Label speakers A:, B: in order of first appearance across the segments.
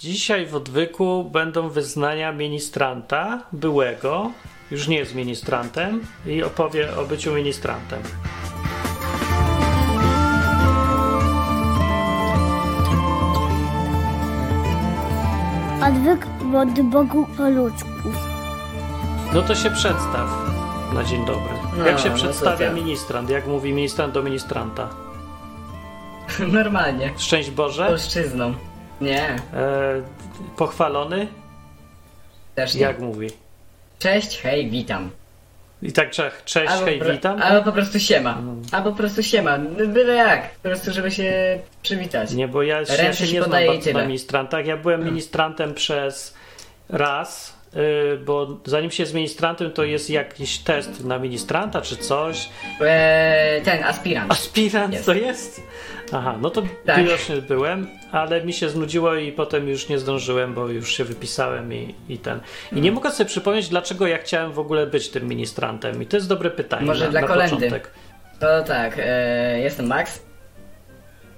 A: Dzisiaj w odwyku będą wyznania ministranta, byłego, już nie jest ministrantem, i opowie o byciu ministrantem.
B: Odwyk od Bogu po ludzku.
A: No to się przedstaw na dzień dobry. Jak
C: A,
A: się
C: no to
A: przedstawia
C: tak.
A: ministrant? Jak mówi ministrant do ministranta?
C: Normalnie.
A: Szczęść Boże,
C: Polszczyzną. Nie,
A: e, pochwalony,
C: też nie.
A: jak mówi.
C: Cześć, hej, witam.
A: I tak Czech, cześć, hej,
C: pro-
A: witam. No.
C: Albo po prostu siema. Albo po prostu siema. No, Byle jak. Po prostu, żeby się przywitać.
A: Nie, bo ja się, ja
C: Ręce
A: się
C: się
A: nie znam
C: podaje i
A: bardzo na
C: tyle. No.
A: ministrantach. Ja byłem ministrantem przez raz, y, bo zanim się jest ministrantem, to jest jakiś test na ministranta czy coś.
C: Eee, ten, aspirant.
A: Aspirant
C: Jest.
A: to jest? Aha, no to
C: Tak.
A: widocznie byłem, ale mi się znudziło i potem już nie zdążyłem, bo już się wypisałem i, i ten. I
C: Hmm.
A: nie mogę sobie przypomnieć, dlaczego ja chciałem w ogóle być tym ministrantem. I to jest dobre pytanie.
C: Może
A: na,
C: dla
A: na
C: kolendy.
A: początek.
C: To tak, eee, jestem Max.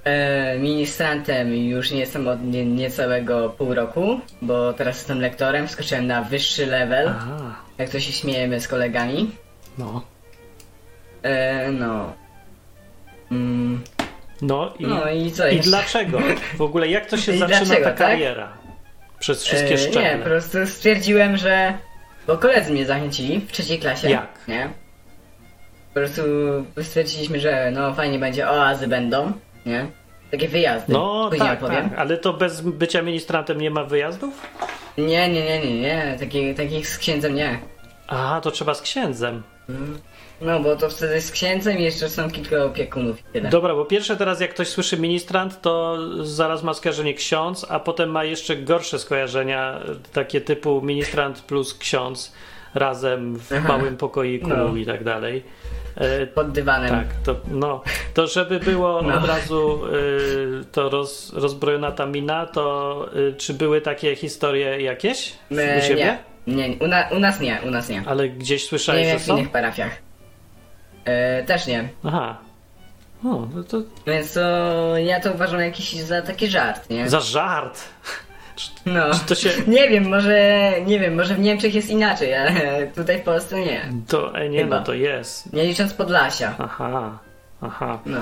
C: Eee, ministrantem już nie jestem od nie, niecałego pół roku, bo teraz jestem lektorem, skoczyłem na wyższy level,
A: Aha,
C: jak to się śmiejemy z kolegami.
A: no.
C: Eee, no. Mm,
A: No i.
C: no i co
A: I
C: jeszcze?
A: dlaczego? W ogóle jak to się
C: I
A: zaczyna
C: dlaczego,
A: ta
C: tak?
A: kariera? Przez wszystkie
C: E,
A: szczeble.
C: Nie, po prostu stwierdziłem, że. Bo koledzy mnie zachęcili w trzeciej klasie.
A: Jak?
C: Nie. Po prostu stwierdziliśmy, że no fajnie będzie, oazy będą, nie? Takie wyjazdy.
A: No
C: Później
A: tak,
C: opowiem.
A: tak, ale to bez bycia ministrantem nie ma wyjazdów?
C: Nie, nie, nie, nie, nie. Taki, takich z księdzem nie.
A: Aha, to trzeba z księdzem.
C: No bo to wtedy z księdzem i jeszcze są kilka opiekunów i tyle.
A: Dobra, bo pierwsze teraz jak ktoś słyszy ministrant, to zaraz ma skojarzenie ksiądz, a potem ma jeszcze gorsze skojarzenia, takie typu ministrant plus ksiądz razem w
C: Aha.
A: małym pokoiku
C: No.
A: i tak dalej. E,
C: Pod dywanem.
A: Tak, to, no, to żeby było
C: No.
A: od razu y, to roz, rozbrojona ta mina, to y, czy były takie historie jakieś u
C: E,
A: siebie?
C: nie. Nie, nie. U, na, u nas nie, u nas nie.
A: Ale gdzieś
C: Nie
A: słyszałeś,
C: wiem
A: że
C: jak w
A: są?
C: innych parafiach. E, też nie.
A: Aha. O, no to
C: Więc to ja to uważam jakiś za taki żart, nie?
A: za żart.
C: No.
A: Czy to się...
C: Nie wiem, może nie wiem, może w Niemczech jest inaczej, ale tutaj w Polsce nie.
A: To, e, nie,
C: Chyba.
A: no to jest.
C: Nie licząc Podlasia.
A: Aha. Aha.
C: No.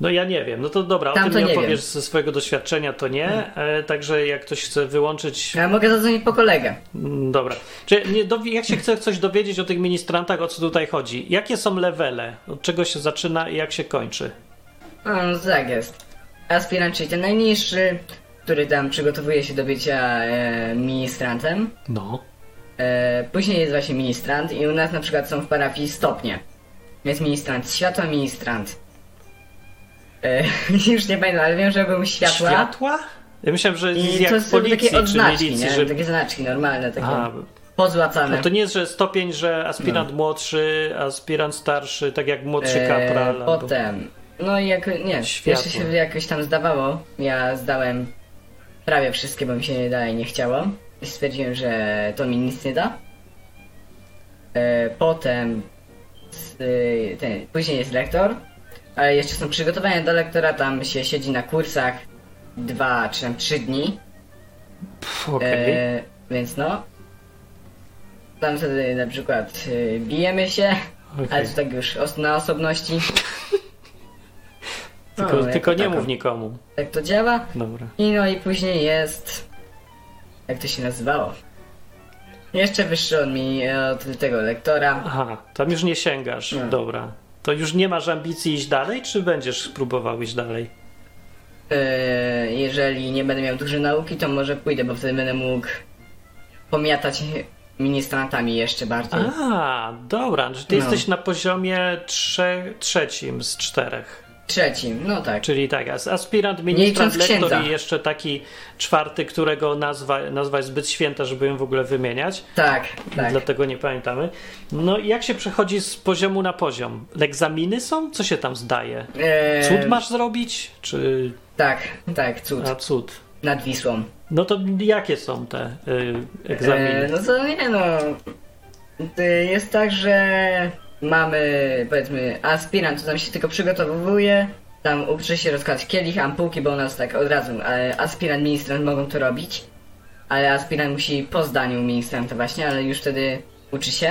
A: No ja nie wiem. No to dobra, o
C: Tam
A: tym
C: to
A: nie
C: nie wiem.
A: opowiesz ze swojego doświadczenia, to nie. E, także jak ktoś chce wyłączyć
C: Ja mogę zadzwonić po kolegę.
A: Mm, Dobra. Czy nie, dowi- jak się chce coś dowiedzieć o tych ministrantach, o co tutaj chodzi? Jakie są levele? Od czego się zaczyna i jak się kończy?
C: No, no tak jest. Aspirant, czyli ten najniższy, który tam przygotowuje się do bycia e, ministrantem.
A: No.
C: E, później jest właśnie ministrant i u nas na przykład są w parafii stopnie. Jest ministrant światła, ministrant. E, już nie pamiętam, ale wiem, że był światła.
A: Światła? Ja myślałem, że
C: I
A: jest jak
C: to
A: w
C: są
A: policji
C: takie odznaczki,
A: czy
C: nie?
A: milicji, że...
C: Takie znaczki normalne, takie
A: A,
C: pozłacane.
A: no to nie jest, że stopień, że aspirant młodszy, aspirant starszy, tak jak młodszy
C: Eee,
A: kapral. albo-
C: Potem. No i jak. Nie,
A: Światło.
C: jeszcze się jakoś tam zdawało. Ja zdałem prawie wszystkie, bo mi się nie dalej nie chciało. I stwierdziłem, że to mi nic nie da. Eee, potem. s- y, ten, później jest lektor. Ale jeszcze są przygotowania do lektora, tam się siedzi na kursach dwa czy tam trzy dni.
A: Pff, Okej.
C: Eee, więc no. Tam wtedy na przykład y, bijemy się,
A: Okej.
C: ale to tak już os- na osobności.
A: Tylko,
C: no,
A: tylko
C: jako
A: nie
C: tako.
A: mów nikomu.
C: Tak to działa.
A: Dobra.
C: I no i później jest. Jak to się nazywało? Jeszcze wyższy od mi od tego lektora.
A: Aha, tam już nie sięgasz.
C: Nie.
A: Dobra. To już nie masz ambicji iść dalej, czy będziesz próbował iść dalej?
C: Yy, jeżeli nie będę miał dużej nauki, to może pójdę, bo wtedy będę mógł pomiatać ministrantami jeszcze bardziej.
A: A, dobra, że ty
C: No.
A: jesteś na poziomie trze- trzecim z czterech.
C: Trzecim, no tak.
A: Czyli tak, as- aspirant, ministrant,
C: licząc
A: lektor
C: księdza.
A: i jeszcze taki czwarty, którego nazwa, nazwa jest zbyt święta, żeby ją w ogóle wymieniać,
C: Tak, tak.
A: dlatego nie pamiętamy. No i jak się przechodzi z poziomu na poziom? Egzaminy są? Co się tam zdaje?
C: Yy,
A: Cud masz zrobić? Czy...
C: Tak, tak, cud.
A: A, cud.
C: Nad Wisłą.
A: No to jakie są te y,
C: E,
A: egzaminy?
C: no to nie no. E, Jest tak, że mamy powiedzmy aspirant, to tam się tylko przygotowuje, Tam uczy się rozkładać kielich, ampułki, bo u nas tak od razu e, aspirant, ministrant mogą to robić. Ale aspirant musi po zdaniu ministranta właśnie, ale już wtedy uczy się.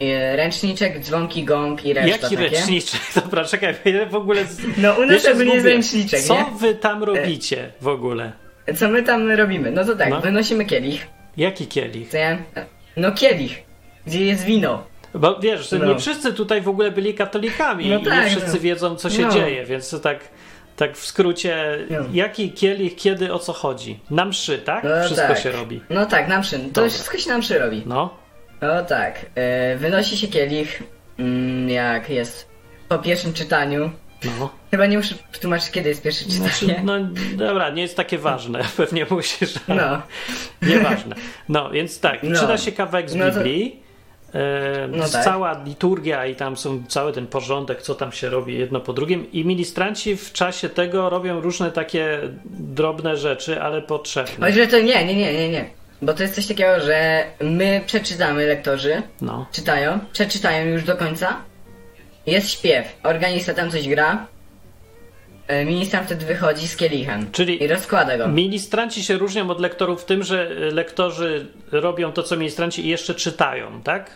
C: E, Ręczniczek, dzwonki, gong i reszta
A: Jaki
C: takie.
A: ręczniczek? Dobra, czekaj, bo ja w ogóle. z-
C: No u
A: ja
C: nas
A: się
C: to nie
A: zgubię.
C: ręczniczek,
A: Co
C: nie?
A: wy tam robicie w ogóle?
C: Co my tam robimy? No to tak,
A: No.
C: wynosimy kielich.
A: Jaki kielich?
C: Co ja? No kielich, gdzie jest wino.
A: Bo wiesz,
C: No.
A: nie wszyscy tutaj w ogóle byli katolikami
C: No
A: i
C: tak,
A: nie wszyscy
C: no.
A: wiedzą, co się
C: No.
A: dzieje, więc to tak, tak w skrócie,
C: No.
A: jaki kielich, kiedy, o co chodzi? Na mszy, tak?
C: No
A: Wszystko
C: tak.
A: się robi.
C: No tak, nam szyn. To
A: Dobra.
C: wszystko się nam szyn robi.
A: No,
C: No tak, e, wynosi się kielich, mm, jak jest po pierwszym czytaniu.
A: no.
C: Chyba nie muszę tłumaczyć, kiedy jest pierwsze
A: Znaczy,
C: czytanie.
A: no dobra, nie jest takie ważne, pewnie musisz, ale
C: No,
A: nieważne. No, więc tak,
C: No.
A: czyta się kawałek z
C: No to-
A: Biblii, e,
C: No tak.
A: cała liturgia i tam są cały ten porządek, co tam się robi jedno po drugim i ministranci w czasie tego robią różne takie drobne rzeczy, ale potrzebne.
C: choć że to nie, nie, nie, nie, nie. Bo to jest coś takiego, że my przeczytamy, lektorzy
A: No.
C: czytają, przeczytają już do końca. Jest śpiew, organista tam coś gra. E, minister wtedy wychodzi z kielichem
A: Czyli-
C: i rozkłada go.
A: Ministranci się różnią od lektorów w tym, że y, lektorzy robią to, co ministranci i jeszcze czytają, tak?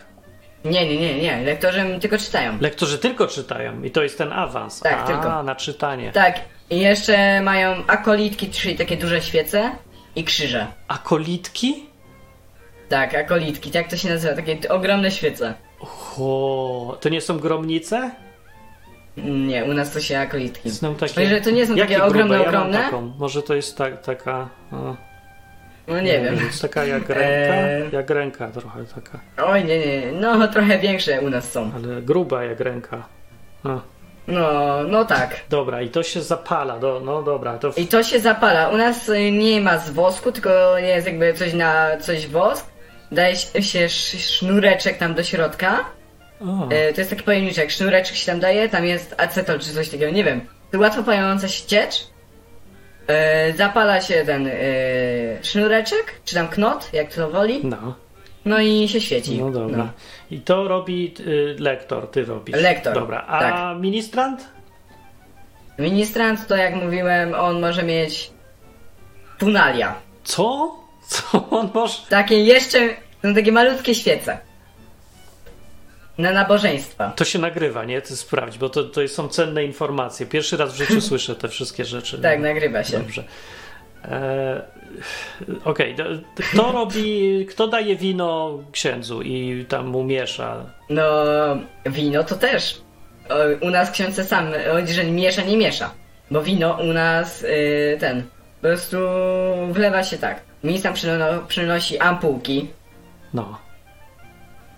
C: Nie, nie, nie, nie, lektorzy tylko czytają.
A: Lektorzy tylko czytają i to jest ten awans.
C: Tak,
A: A,
C: tylko.
A: na czytanie.
C: Tak, i jeszcze mają akolitki, czyli takie duże świece i krzyże.
A: A kolitki?
C: Tak, akolitki, tak to się nazywa, takie t- ogromne świece.
A: Ho, to nie są gromnice?
C: Nie, u nas to się akolitki.
A: Są takie...
C: Czyli, że to nie są
A: Jakie
C: takie ogromne,
A: grube?
C: ogromne?
A: Ja mam taką. Może to jest ta, taka... No,
C: No nie wiem.
A: Jest taka jak ręka,
C: Eee.
A: jak ręka trochę taka,
C: Oj, nie, nie, no trochę większe u nas są.
A: ale gruba jak ręka. No,
C: No, no tak.
A: dobra, i to się zapala, do, no dobra, to w...
C: I to się zapala. U nas y, nie ma z wosku, tylko jest jakby coś na coś wosk. Daje się- się sz- sznureczek tam do środka.
A: O,
C: E, To jest taki pojemniczek, sznureczek się tam daje, tam jest aceton czy coś takiego, nie wiem. To łatwo pająca się ciecz. E, Zapala się ten e, sznureczek, czy tam knot, jak to woli.
A: no.
C: No i się świeci.
A: No dobra. I to robi y, lektor, ty robisz.
C: Lektor,
A: Dobra, a
C: tak.
A: ministrant?
C: No. Ministrant to jak mówiłem, on może mieć punalia.
A: Co? Co on może.
C: Takie jeszcze, no takie malutkie świece. Na nabożeństwa.
A: To się nagrywa, nie? Ty sprawdź, bo to, to są cenne informacje. Pierwszy raz w życiu słyszę te wszystkie rzeczy.
C: Tak,
A: no.
C: nagrywa się.
A: Dobrze. E, Okej, to- kto robi, kto daje wino księdzu i tam mu miesza?
C: No, wino to też. O, U nas ksiądz sam, on, że miesza, nie miesza. Bo wino u nas y, ten, po prostu wlewa się tak. Minister przyno, przynosi ampułki.
A: No.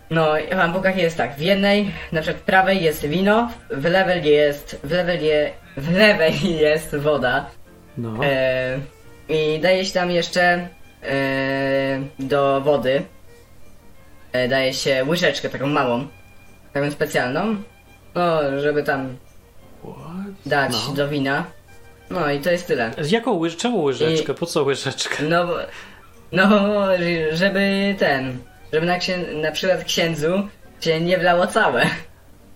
C: No, i w ampułkach jest tak, w jednej, na przykład prawej jest wino, w lewej jest, w lewej, je, w lewej jest woda.
A: No.
C: E, I daje się tam jeszcze e, do wody e, daje się łyżeczkę taką małą, taką specjalną, no żeby tam
A: What?
C: dać
A: No.
C: do wina. No i to jest tyle.
A: Z jaką łyż, czemu łyżeczkę? Po co łyżeczkę?
C: No, bo- no żeby ten, żeby na, księ- na przykład księdzu się nie wlało całe,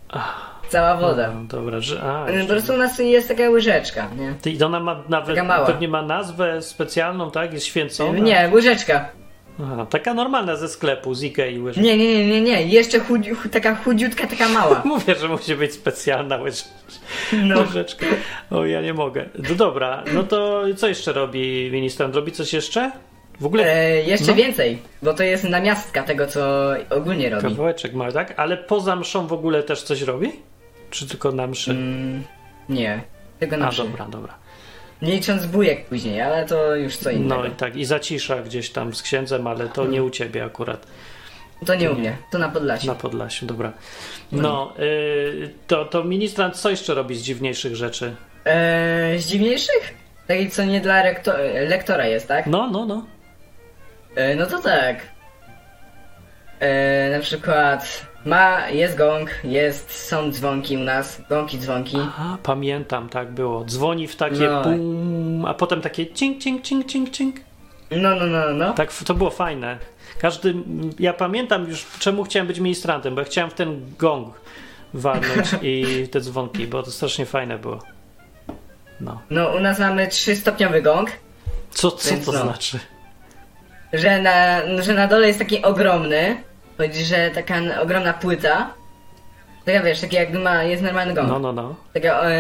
A: Ach,
C: cała woda.
A: no, dobra, że. A,
C: No, po
A: jeszcze-
C: prostu u nas jest taka łyżeczka, nie?
A: Ty, I ona ma nawet
C: Taka mała.
A: pewnie ma nazwę specjalną, tak? Jest święcona.
C: Nie, łyżeczka.
A: Aha, taka normalna ze sklepu, z Ikei łyżeczka.
C: Nie, nie, nie, nie, nie. Jeszcze chudzi- chu- taka chudziutka, taka mała.
A: Mówię, że musi być specjalna łyżeczka.
C: No.
A: łyżeczka. O, ja nie mogę. No dobra, no to co jeszcze robi ministrant? Robi coś jeszcze? W ogóle
C: E, jeszcze
A: No.
C: więcej, bo to jest namiastka tego, co ogólnie robi.
A: kawałeczek ma, tak? Ale poza mszą w ogóle też coś robi? Czy tylko na mszy?
C: Mm, nie, tego na
A: A,
C: przód.
A: dobra, dobra.
C: Nie licząc bujek później, ale to już co innego.
A: No i tak, i zacisza gdzieś tam z księdzem, ale to nie u ciebie akurat.
C: to nie u mnie, to na Podlasiu.
A: Na Podlasiu, dobra. No, y, to, to ministrant co jeszcze robi z dziwniejszych rzeczy?
C: E, z dziwniejszych? Takiej, co nie dla rekto- lektora jest, tak?
A: No, no, no.
C: E, no to tak. E, na przykład ma, jest gong, jest, są dzwonki u nas, gąki, dzwonki.
A: Aha, pamiętam, tak było. Dzwoni w takie
C: No.
A: pum, a potem takie cink, cink, cink, cink, cink.
C: No, no, no, no.
A: Tak, f- to było fajne. Każdy, m, ja pamiętam już, czemu chciałem być ministrantem, bo ja chciałem w ten gong walnąć i te dzwonki, bo to strasznie fajne było. No.
C: No, u nas mamy trzystopniowy gong,
A: Co, co
C: Więc
A: to
C: no.
A: znaczy?
C: że na, że na dole jest taki ogromny, chodzi, że taka n- ogromna płyta. Taka wiesz, taki jak ma, jest normalny gong.
A: No, no, no.
C: Taka, e,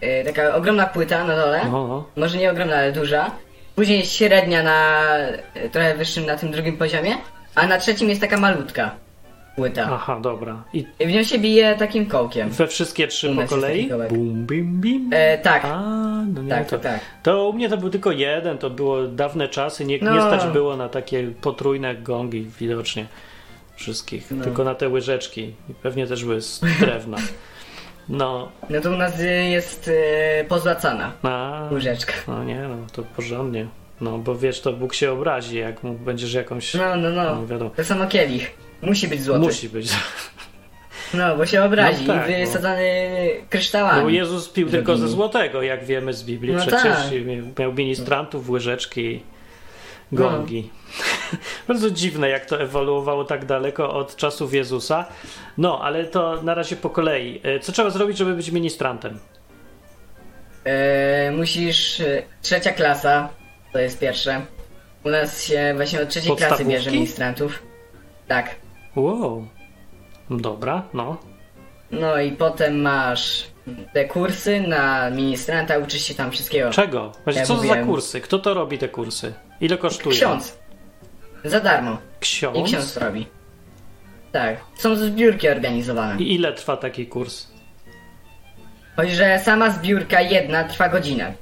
C: e, taka ogromna płyta na dole.
A: no, no.
C: Może nie ogromna, ale duża. Później średnia na e, trochę wyższym, na tym drugim poziomie. A na trzecim jest taka malutka płyta.
A: Aha, dobra. I
C: I w nią się bije takim kołkiem.
A: we wszystkie trzy
C: U
A: po
C: nas jest
A: kolei?
C: taki kołek.
A: Bum, bim, bim.
C: E, tak,
A: A, no nie,
C: Tak,
A: to,
C: tak.
A: to u mnie to był tylko jeden, to było dawne czasy, nie, nie
C: No.
A: stać było na takie potrójne gongi widocznie wszystkich,
C: No.
A: tylko na te łyżeczki i pewnie też były z drewna. No,
C: no to u nas e, jest e, pozłacana
A: a,
C: łyżeczka.
A: no nie, no to porządnie, no bo wiesz, to Bóg się obrazi, jak mu będziesz jakąś,
C: No, no,
A: no
C: no.
A: wiadomo,
C: To samo kielich. Musi być złoty.
A: musi być,
C: No, bo się obrazi
A: No tak,
C: i wysadzany
A: no bo
C: kryształami.
A: Jezus pił tylko ze
C: Tak. Żeby-
A: złotego, jak wiemy z Biblii,
C: No
A: przecież
C: tak.
A: i miał ministrantów, łyżeczki, gongi.
C: No.
A: Bardzo dziwne, jak to ewoluowało tak daleko od czasów Jezusa. No, ale to na razie po kolei. E, Co trzeba zrobić, żeby być ministrantem?
C: E, musisz... e, Trzecia klasa, to jest pierwsze. U nas się właśnie od trzeciej klasy
A: Podstawówki?
C: bierze ministrantów. Tak.
A: Wow. Dobra, no.
C: No i potem masz te kursy na ministranta, uczysz się tam wszystkiego.
A: Czego? Właśnie,
C: Ja
A: co to za
C: mówiłem-
A: kursy? Kto to robi te kursy? Ile kosztuje?
C: Ksiądz. Za darmo.
A: Ksiądz?
C: I ksiądz robi. Tak. Są zbiórki organizowane.
A: I ile trwa taki kurs?
C: Choć, że sama zbiórka jedna trwa godzinę.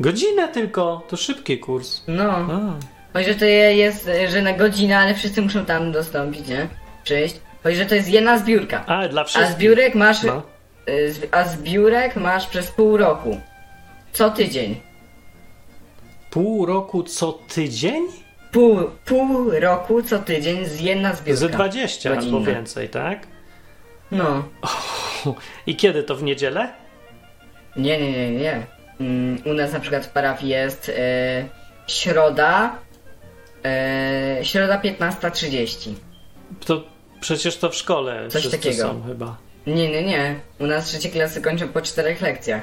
A: Godzinę tylko. To szybki kurs.
C: No.
A: A,
C: Choć, że to je- jest, e, że na godzinę, ale wszyscy muszą tam dostąpić, nie? Przyjść. Choć, że to jest jedna zbiórka.
A: A dla
C: A
A: wszystkich.
C: zbiórek masz...
A: No.
C: e, zbi- A zbiórek masz przez pół roku. Co tydzień.
A: Pół roku co tydzień?
C: Pół, pół roku co tydzień z jedna zbiórka.
A: Ze 20 albo
C: Godzinna.
A: więcej, tak?
C: No.
A: I kiedy to w niedzielę?
C: Nie, nie, nie, nie. Mm, U nas na przykład w parafii jest e, środa, e, środa 15.30.
A: To przecież to w szkole
C: Coś
A: wszyscy
C: takiego.
A: są chyba.
C: Nie, nie, nie. U nas trzecie klasy kończą po czterech lekcjach.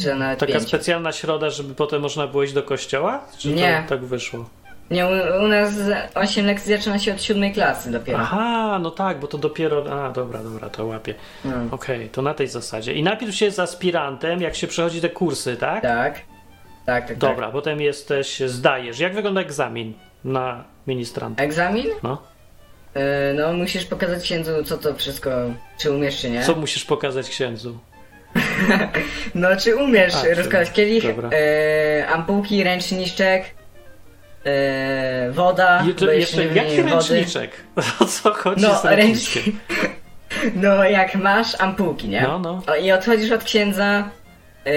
C: Czy to nawet
A: Mhm. Taka
C: pięć.
A: specjalna środa, żeby potem można było iść do kościoła? Czy
C: Nie.
A: To, tak wyszło?
C: Nie, u, u nas 8 lekcji zaczyna się od siódmej klasy dopiero.
A: Aha, no tak, bo to dopiero... A, dobra, dobra, to łapię.
C: No.
A: Okej, to na tej zasadzie. I najpierw się jest aspirantem, jak się przechodzi te kursy, tak?
C: Tak. Tak, tak,
A: Dobra, potem jesteś, zdajesz. Jak wygląda egzamin na ministranta?
C: tak. Egzamin?
A: No.
C: E, no, musisz pokazać księdzu, co to wszystko, czy umiesz, czy nie.
A: Co musisz pokazać księdzu?
C: No, czy umiesz
A: A, czy-
C: rozkładać kielich,
A: dobra.
C: e, ampułki, ręczniczek, e, woda,
A: Je,
C: bo
A: to,
C: jeszcze
A: jeszcze,
C: nie
A: jaki
C: wymieniłem wody.
A: ręczniczek? O co chodzi
C: No,
A: z ręczniczkiem?
C: No, jak masz ampułki, nie?
A: No, no.
C: O, I odchodzisz od księdza e,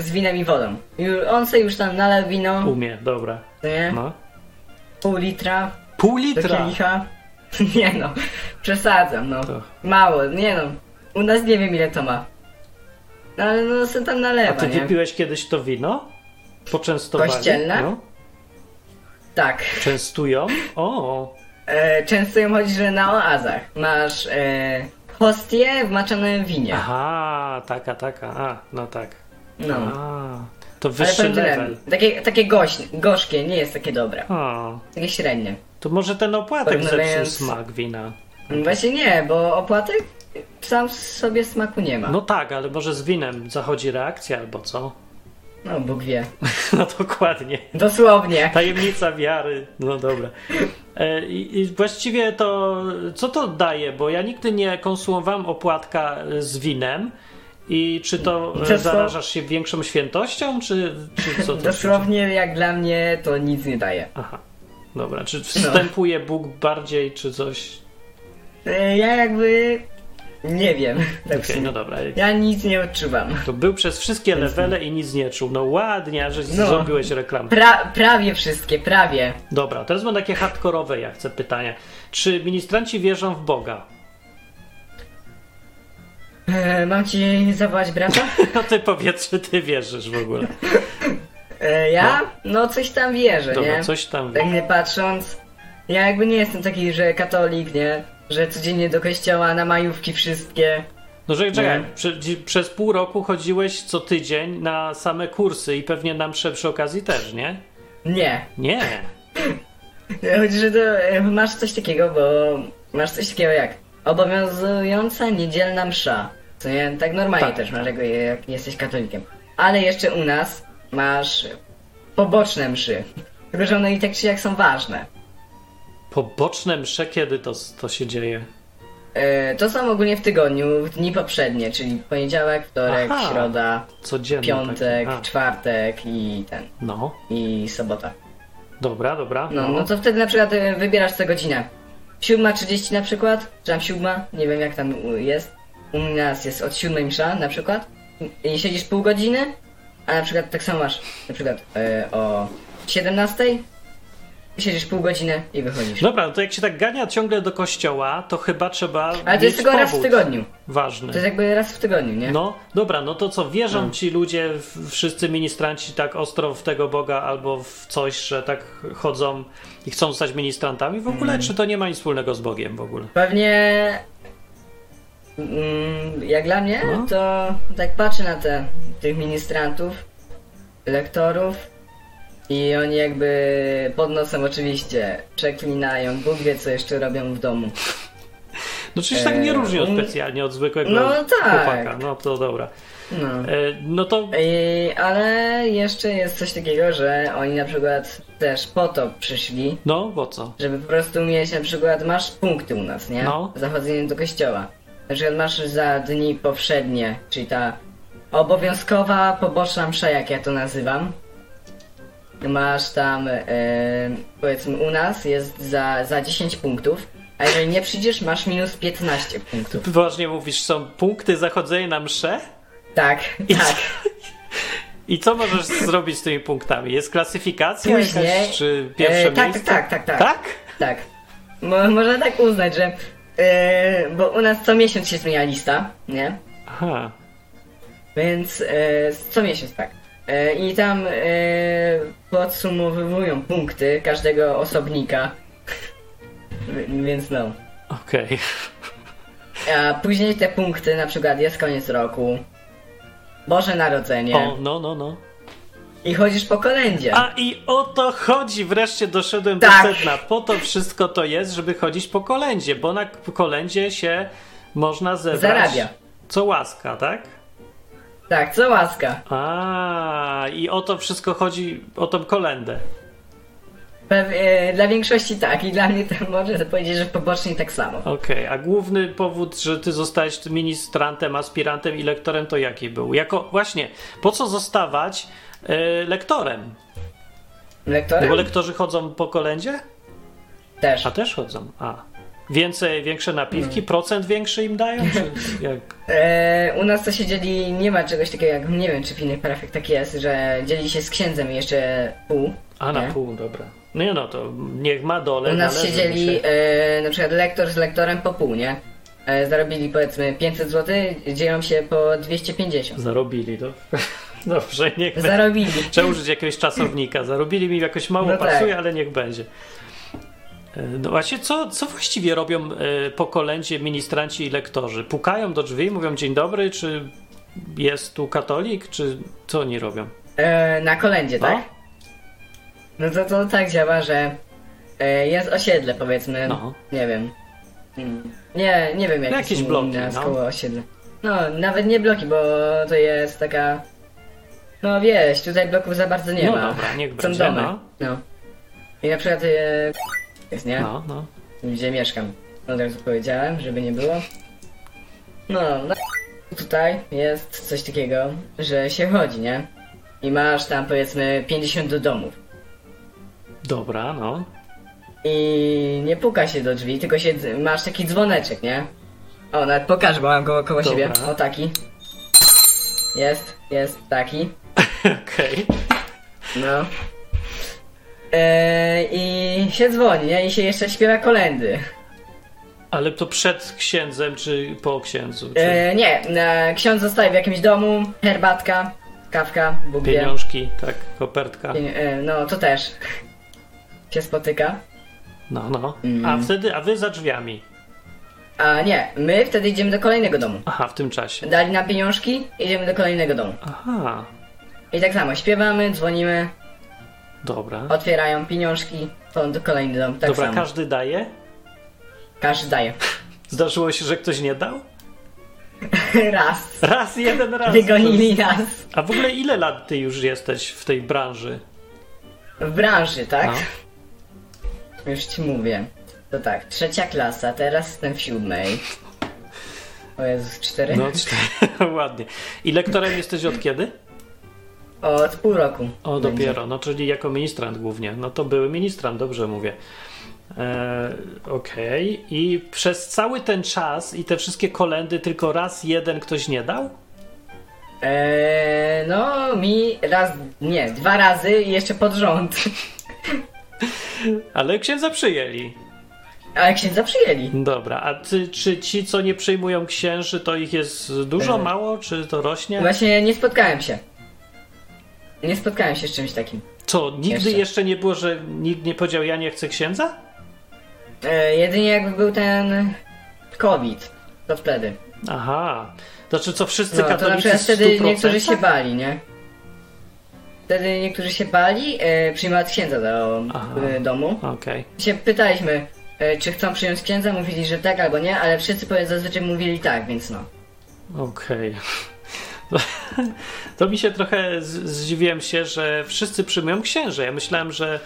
C: z winem i wodą. Ju- On sobie już tam nalał wino,
A: Umie, dobra.
C: co nie?
A: No.
C: Pół litra
A: Pół
C: do
A: litra!
C: kielicha. Nie no, przesadzam, no.
A: To.
C: Mało, nie no. U nas nie wiem, ile to ma. No, ale no, sobie tam nalewa,
A: A ty
C: nie?
A: wypiłeś kiedyś to wino? Poczęstowali?
C: Kościelne?
A: No.
C: Tak.
A: Częstują? O,
C: E, często ją chodzi, że na oazach masz e, hostie w maczonym winie.
A: aha, taka, taka, a, no tak.
C: No.
A: A, to
C: Ale
A: wyższy
C: powiem
A: level.
C: tyle, takie, takie goś, gorzkie, nie jest takie dobre.
A: O,
C: Takie średnie.
A: to może ten opłatek zepsuł
C: Porównując-
A: smak wina.
C: Właśnie nie, bo opłatek sam w sobie smaku nie ma.
A: No tak, ale może z winem zachodzi reakcja albo co?
C: No, Bóg wie.
A: No dokładnie.
C: Dosłownie.
A: Tak. Tajemnica wiary. No dobra. E, I, I właściwie to, co to daje? Bo ja nigdy nie konsumowałem opłatka e, z winem. I czy to e,
C: Przez to-
A: zarażasz się większą świętością, czy, czy co to? się dzieje?
C: Dosłownie jak dla mnie to nic nie daje.
A: Aha. Dobra, czy wstępuje Bóg bardziej, czy coś?
C: E, Ja jakby nie wiem. Tak
A: Okej,
C: w sumie.
A: no dobra.
C: Ja nic nie odczuwam.
A: To był przez wszystkie levele i nic nie czuł. No ładnie, że
C: No.
A: zrobiłeś reklamę.
C: Pra, prawie wszystkie, prawie.
A: Dobra, teraz mam takie hardkorowe, ja chcę pytania. Czy ministranci wierzą w Boga?
C: E, mam ci zawołać brata?
A: No ty powiedz, czy ty wierzysz w ogóle.
C: E, ja? No coś tam wierzę,
A: Dobra,
C: nie?
A: coś tam.
C: Tak nie patrząc, ja jakby nie jestem taki, że katolik, nie? Że codziennie do kościoła na majówki wszystkie.
A: No że czekaj,
C: Nie.
A: prze, dzi- przez pół roku chodziłeś co tydzień na same kursy i pewnie nam prze, przy okazji też, nie?
C: Nie.
A: Nie.
C: Chodzi, że to e, masz coś takiego, bo masz coś takiego jak obowiązująca niedzielna msza. Co nie, tak normalnie
A: Tak.
C: też masz, jak, jak jesteś katolikiem. Ale jeszcze u nas masz poboczne mszy. Tylko, że one i tak czy jak są ważne.
A: Poboczne msze, kiedy to, to się dzieje?
C: E, To są ogólnie w tygodniu, w dni poprzednie, czyli poniedziałek, wtorek,
A: Aha.
C: środa,
A: Codziennie.
C: piątek,
A: takie. A,
C: czwartek i ten,
A: No,
C: i sobota.
A: dobra, dobra.
C: No, no to wtedy na przykład e, wybierasz tę godzinę. 7.30 na przykład, czy tam 7, nie wiem jak tam u- jest. U nas jest od 7 msza na przykład. I siedzisz pół godziny, a na przykład tak samo masz, na przykład e, o 17 i siedzisz pół godziny i wychodzisz.
A: Dobra, no to jak się tak gania ciągle do kościoła, to chyba trzeba.
C: Ale
A: mieć
C: to jest tylko raz w
A: powód
C: tygodniu.
A: Ważny.
C: To jest jakby raz w tygodniu, nie?
A: No, dobra, no to co, wierzą ci ludzie, w- wszyscy ministranci tak ostro w tego Boga albo w coś, że tak chodzą i chcą zostać ministrantami w ogóle,
C: Mm.
A: czy to nie ma nic wspólnego z Bogiem w ogóle?
C: Pewnie. Mm, jak dla mnie,
A: No.
C: to tak patrzę na te, tych ministrantów, lektorów i oni jakby pod nosem oczywiście przeklinają, Bóg wie co jeszcze robią w domu.
A: No przecież tak nie
C: Eee,
A: różnią
C: um,
A: specjalnie od zwykłego
C: no tak.
A: chłopaka. No to dobra.
C: No.
A: E, No to
C: I, ale jeszcze jest coś takiego, że oni na przykład też po to przyszli,
A: No, bo co?
C: żeby po prostu mieć na przykład, masz punkty u nas, nie?
A: No.
C: Zachodzenie do kościoła. Na przykład masz za dni powszednie, czyli ta obowiązkowa poboczna msza, jak ja to nazywam. Masz tam, e, powiedzmy u nas jest za, za 10 punktów, a jeżeli nie przyjdziesz, masz minus 15 punktów.
A: Poważnie mówisz, są punkty zachodzenia na msze?
C: Tak,
A: I
C: tak.
A: I co możesz zrobić z tymi punktami? Jest klasyfikacja
C: Później,
A: jakaś, czy pierwsze
C: E, tak,
A: miejsce?
C: tak, tak, tak, tak.
A: Tak?
C: Tak. Mo, można tak uznać, że... E, bo u nas co miesiąc się zmienia lista, nie?
A: Aha.
C: Więc e, co miesiąc tak. E, I tam e, podsumowują punkty każdego osobnika. W- Więc no.
A: Okej.
C: A później te punkty, na przykład jest koniec roku, Boże Narodzenie
A: O, no, no, no.
C: i chodzisz po kolędzie.
A: A i o to chodzi, wreszcie doszedłem do
C: Tak.
A: sedna. Po to wszystko to jest, żeby chodzić po kolędzie, bo na k- kolędzie się można zebrać.
C: Zarabia.
A: Co łaska, tak?
C: Tak, co łaska.
A: A i o to wszystko chodzi, o tą kolędę.
C: Pew, e, dla większości tak i dla mnie to może powiedzieć, że pobocznie tak samo.
A: Okej, a główny powód, że ty zostałeś tym ministrantem, aspirantem i lektorem, to jaki był? Jako, właśnie, po co zostawać e, lektorem? No
C: Lektorem?
A: bo lektorzy chodzą po kolędzie?
C: Też.
A: A też chodzą, a. Więcej, większe napiwki,
C: No.
A: procent większy im dają? Czy jak?
C: E, u nas to się dzieli, nie ma czegoś takiego jak, nie wiem czy w innych parafiach tak jest, że dzieli się z księdzem jeszcze pół.
A: A na
C: Nie.
A: pół, dobra. Nie no, to niech ma dole.
C: U nas
A: należy
C: się
A: mi
C: dzieli
A: się.
C: e, na przykład lektor z lektorem po pół, nie? E, zarobili powiedzmy 500 zł, dzielą się po 250.
A: Zarobili, to. Dobrze, niech będzie.
C: Zarobili.
A: Trzeba użyć jakiegoś czasownika. Zarobili mi jakoś mało
C: No tak.
A: pasuje, ale niech będzie. E, No właśnie, co, co właściwie robią e, po kolędzie ministranci i lektorzy? Pukają do drzwi, mówią dzień dobry, czy jest tu katolik, czy co oni robią?
C: E, na kolędzie,
A: No?
C: tak? No to, to tak działa, że e, jest osiedle powiedzmy,
A: No.
C: nie wiem. Mm, Nie, nie wiem jakie
A: Jakieś
C: są
A: bloki,
C: inne
A: no.
C: koło osiedle. No, nawet nie bloki, bo to jest taka... No wiesz, tutaj bloków za bardzo nie
A: No
C: ma.
A: dobra, niech
C: są
A: będzie,
C: domy.
A: no.
C: no. I na przykład e, jest, nie?
A: No, no.
C: gdzie mieszkam. Od razu powiedziałem, żeby nie było. No, no tutaj jest coś takiego, że się chodzi, nie? I masz tam powiedzmy 50 do domów.
A: Dobra, no.
C: I nie puka się do drzwi, tylko się dz- masz taki dzwoneczek, nie? O, nawet pokażę, bo mam go koło
A: Dobra.
C: siebie. O, taki. Jest, jest taki.
A: Okej.
C: No. Eee, I się dzwoni, nie? I się jeszcze śpiewa kolendy.
A: Ale to przed księdzem, czy po księdzu? Czy
C: E, nie, e, ksiądz zostaje w jakimś domu, herbatka, kawka, bugie.
A: pieniążki, tak, kopertka.
C: Pieni- e, no to też się spotyka. Mm.
A: No, no. A wtedy, a wy za drzwiami.
C: A nie, my wtedy idziemy do kolejnego domu.
A: Aha, w tym czasie.
C: Dali nam pieniążki, idziemy do kolejnego domu.
A: Aha,
C: I tak samo, śpiewamy, dzwonimy,
A: dobra.
C: otwierają pieniążki, to do kolejny dom, tak
A: dobra,
C: samo.
A: każdy daje?
C: Każdy daje.
A: Zdarzyło się, że ktoś nie dał?
C: Raz.
A: Raz, jeden raz.
C: Wygonili nas.
A: A w ogóle ile lat ty już jesteś w tej branży?
C: W branży, tak?
A: No.
C: Już ci mówię. To tak, trzecia klasa, teraz jestem w siódmej. O Jezus, cztery?
A: No, cztery, ładnie. I lektorem jesteś od kiedy?
C: Od pół roku.
A: O,
C: będzie.
A: dopiero, no czyli jako ministrant głównie. No to były ministrant, dobrze mówię. E, Okej. I przez cały ten czas i te wszystkie kolendy tylko raz jeden ktoś nie dał?
C: Eee, no, mi raz, nie, dwa razy i jeszcze pod rząd.
A: Ale księdza przyjęli.
C: Ale księdza przyjęli.
A: Dobra, a ty, czy ci, co nie przyjmują księży, to ich jest dużo,
C: E.
A: mało, czy to rośnie?
C: Właśnie nie spotkałem się. Nie spotkałem się z czymś takim.
A: Co, nigdy jeszcze,
C: Jeszcze.
A: nie było, że nikt nie powiedział, ja nie chcę księdza?
C: E, jedynie jakby był ten COVID, to wtedy.
A: Aha. Znaczy, co wszyscy
C: No, to na
A: katolicy
C: przykład
A: w
C: wtedy
A: 100%?
C: niektórzy się bali, nie? Wtedy niektórzy się bali e, przyjmować księdza do
A: Aha.
C: e, domu.
A: Okej.
C: Się pytaliśmy, e, czy chcą przyjąć księdza, mówili, że tak albo nie, ale wszyscy powie- zazwyczaj mówili tak, więc no.
A: Okej. To mi się trochę z- zdziwiłem się, że wszyscy przyjmują księże. Ja myślałem, że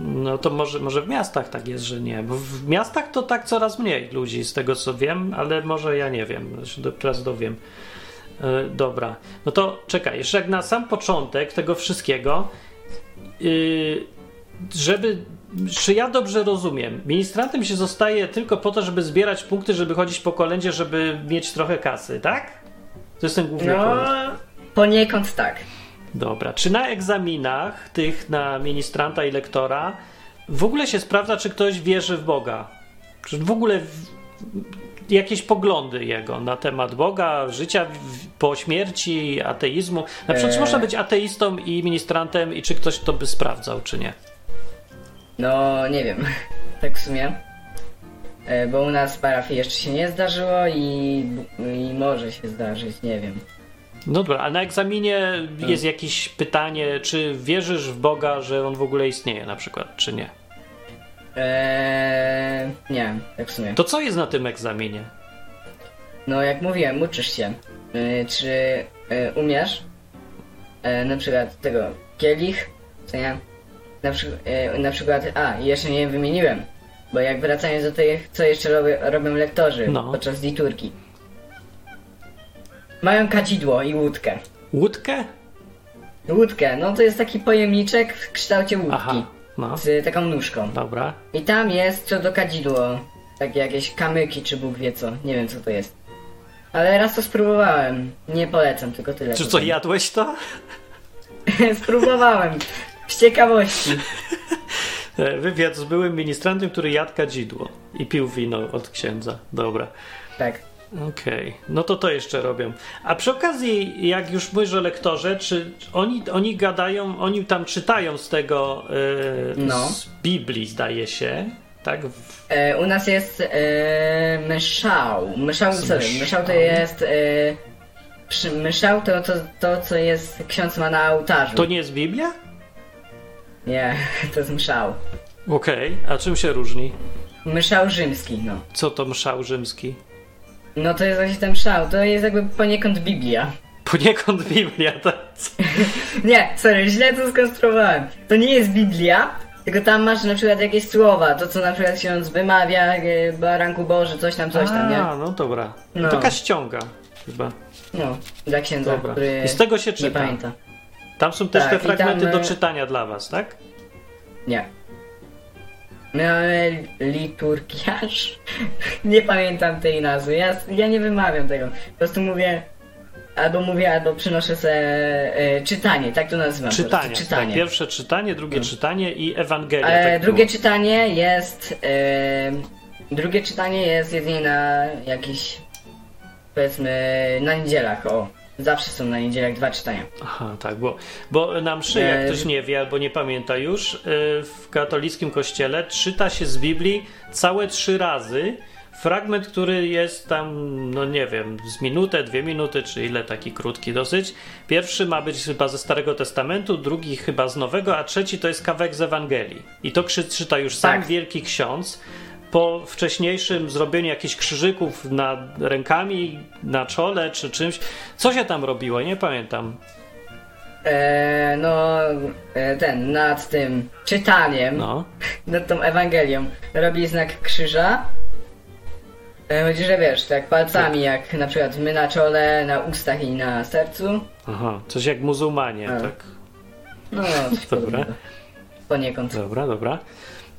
A: no to może, może w miastach tak jest, że nie. Bo w miastach to tak coraz mniej ludzi, z tego co wiem, ale może ja nie wiem, ja się do- teraz dowiem. E, Dobra, no to czekaj, jeszcze jak na sam początek tego wszystkiego, yy, żeby, czy ja dobrze rozumiem, ministrantem się zostaje tylko po to, żeby zbierać punkty, żeby chodzić po kolędzie, żeby mieć trochę kasy, tak? To jest ten główny
C: No,
A: powód.
C: poniekąd tak.
A: Dobra, czy na egzaminach tych na ministranta i lektora w ogóle się sprawdza, czy ktoś wierzy w Boga? Czy w ogóle w... jakieś poglądy jego na temat Boga, życia w... po śmierci, ateizmu? Na przykład, czy
C: Eee.
A: można być ateistą i ministrantem i czy ktoś to by sprawdzał, czy nie?
C: No, nie wiem. Tak w sumie. E, Bo u nas w parafii jeszcze się nie zdarzyło i, i może się zdarzyć, nie wiem.
A: No dobra, a na egzaminie jest jakieś pytanie, czy wierzysz w Boga, że on w ogóle istnieje, na przykład, czy nie?
C: Eee, nie, tak w sumie.
A: To co jest na tym egzaminie?
C: No jak mówiłem, uczysz się. E, czy e, umiesz e, na przykład tego kielich, co nie? Na, przy, e, na przykład, a jeszcze nie wymieniłem, bo jak wracając do tych, co jeszcze robię, robią lektorzy
A: No.
C: podczas liturgii. Mają kadzidło i łódkę.
A: Łódkę?
C: Łódkę, no to jest taki pojemniczek w kształcie łódki.
A: Aha, no,
C: Z taką nóżką.
A: dobra.
C: I tam jest co do kadzidło. Takie jakieś kamyki, czy Bóg wie co. Nie wiem co to jest. Ale raz to spróbowałem. Nie polecam, tylko tyle.
A: Czy co, jadłeś to?
C: spróbowałem. Z ciekawości.
A: E, Wywiad z byłym ministrantem, który jadł kadzidło i pił wino od księdza. Dobra.
C: Tak.
A: Okej, no to to jeszcze robią. A przy okazji, jak już mówisz o lektorze, czy oni, oni gadają, oni tam czytają z tego, e,
C: No.
A: z Biblii zdaje się, tak? W-
C: E, u nas jest e, myszał. Myszał, co,
A: myszał.
C: myszał to jest... E, przy, myszał to, to to, co jest ksiądz ma na ołtarzu.
A: To nie jest Biblia?
C: Nie, to jest myszał.
A: Okej, a czym się różni?
C: Myszał rzymski, no.
A: Co to mszał rzymski?
C: No to jest właśnie ten szał, to jest jakby poniekąd Biblia.
A: Poniekąd Biblia, tak? to
C: Nie, sorry, źle to skonstruowałem. To nie jest Biblia, tylko tam masz na przykład jakieś słowa, to co na przykład ksiądz wymawia, e, baranku Boży, coś tam, coś tam, nie?
A: A, no dobra.
C: No.
A: Taka ściąga chyba.
C: No, dla księdza,
A: Dobra.
C: który
A: I z tego się
C: nie
A: czyta.
C: pamięta.
A: Tam są też
C: Tak,
A: te
C: i tam,
A: fragmenty do
C: e,
A: czytania dla was, tak?
C: Nie. My mamy liturgiarz. nie pamiętam tej nazwy, ja, ja nie wymawiam tego. Po prostu mówię, albo mówię, albo przynoszę sobie e, czytanie, tak to nazywam. po prostu,
A: Czytanie. Tak,
C: czytanie.
A: pierwsze czytanie, drugie czytanie i Ewangelia.
C: Ale
A: tak
C: E, drugie
A: było.
C: czytanie jest. em, drugie czytanie jest jedynie na jakiś. powiedzmy na niedzielach. O, zawsze są na niedzielach dwa czytania.
A: Aha, tak, bo, bo na mszy, jak
C: E,
A: ktoś nie wie albo nie pamięta e, już, y, w katolickim kościele czyta się z Biblii całe trzy razy fragment, który jest tam, no nie wiem, z minutę, dwie minuty, czy ile, taki krótki dosyć. Pierwszy ma być chyba ze Starego Testamentu, drugi chyba z Nowego, a trzeci to jest kawek z Ewangelii. I to krzy- czyta już sam
C: Tak.
A: Wielki Ksiądz. Po wcześniejszym zrobieniu jakichś krzyżyków na rękami, na czole czy czymś. Co się tam robiło? Nie pamiętam.
C: E, no, e, ten, nad tym czytaniem,
A: No.
C: nad tą Ewangelią, robi znak krzyża. E, Chodzi, że wiesz, tak palcami, jak na przykład my na czole, na ustach i na sercu.
A: Aha, coś jak muzułmanie,
C: A.
A: tak.
C: No, coś
A: Dobra.
C: podobnego. Poniekąd.
A: Dobra, dobra.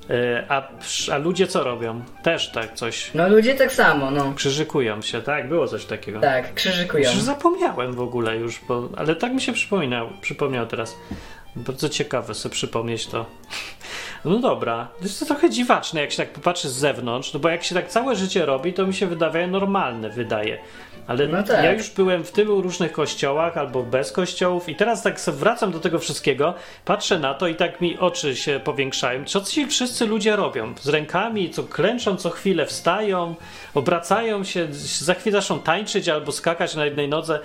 A: E, A, psz- a ludzie co robią? Też tak coś.
C: No, ludzie tak samo, no.
A: Krzyżykują się, tak? Było coś takiego.
C: Tak, krzyżykują.
A: Już zapomniałem w ogóle już, bo, ale tak mi się przypominał, przypomniał teraz. Bardzo ciekawe sobie przypomnieć to. No dobra, to jest to trochę dziwaczne, jak się tak popatrzy z zewnątrz, no bo jak się tak całe życie robi, to mi się wydaje normalne, wydaje. Ale
C: No tak.
A: ja już byłem w tylu różnych kościołach albo bez kościołów i teraz tak se wracam do tego wszystkiego, patrzę na to i tak mi oczy się powiększają. Co ci wszyscy ludzie robią? Z rękami, co klęczą, co chwilę wstają, obracają się, za chwilę zaczną tańczyć albo skakać na jednej nodze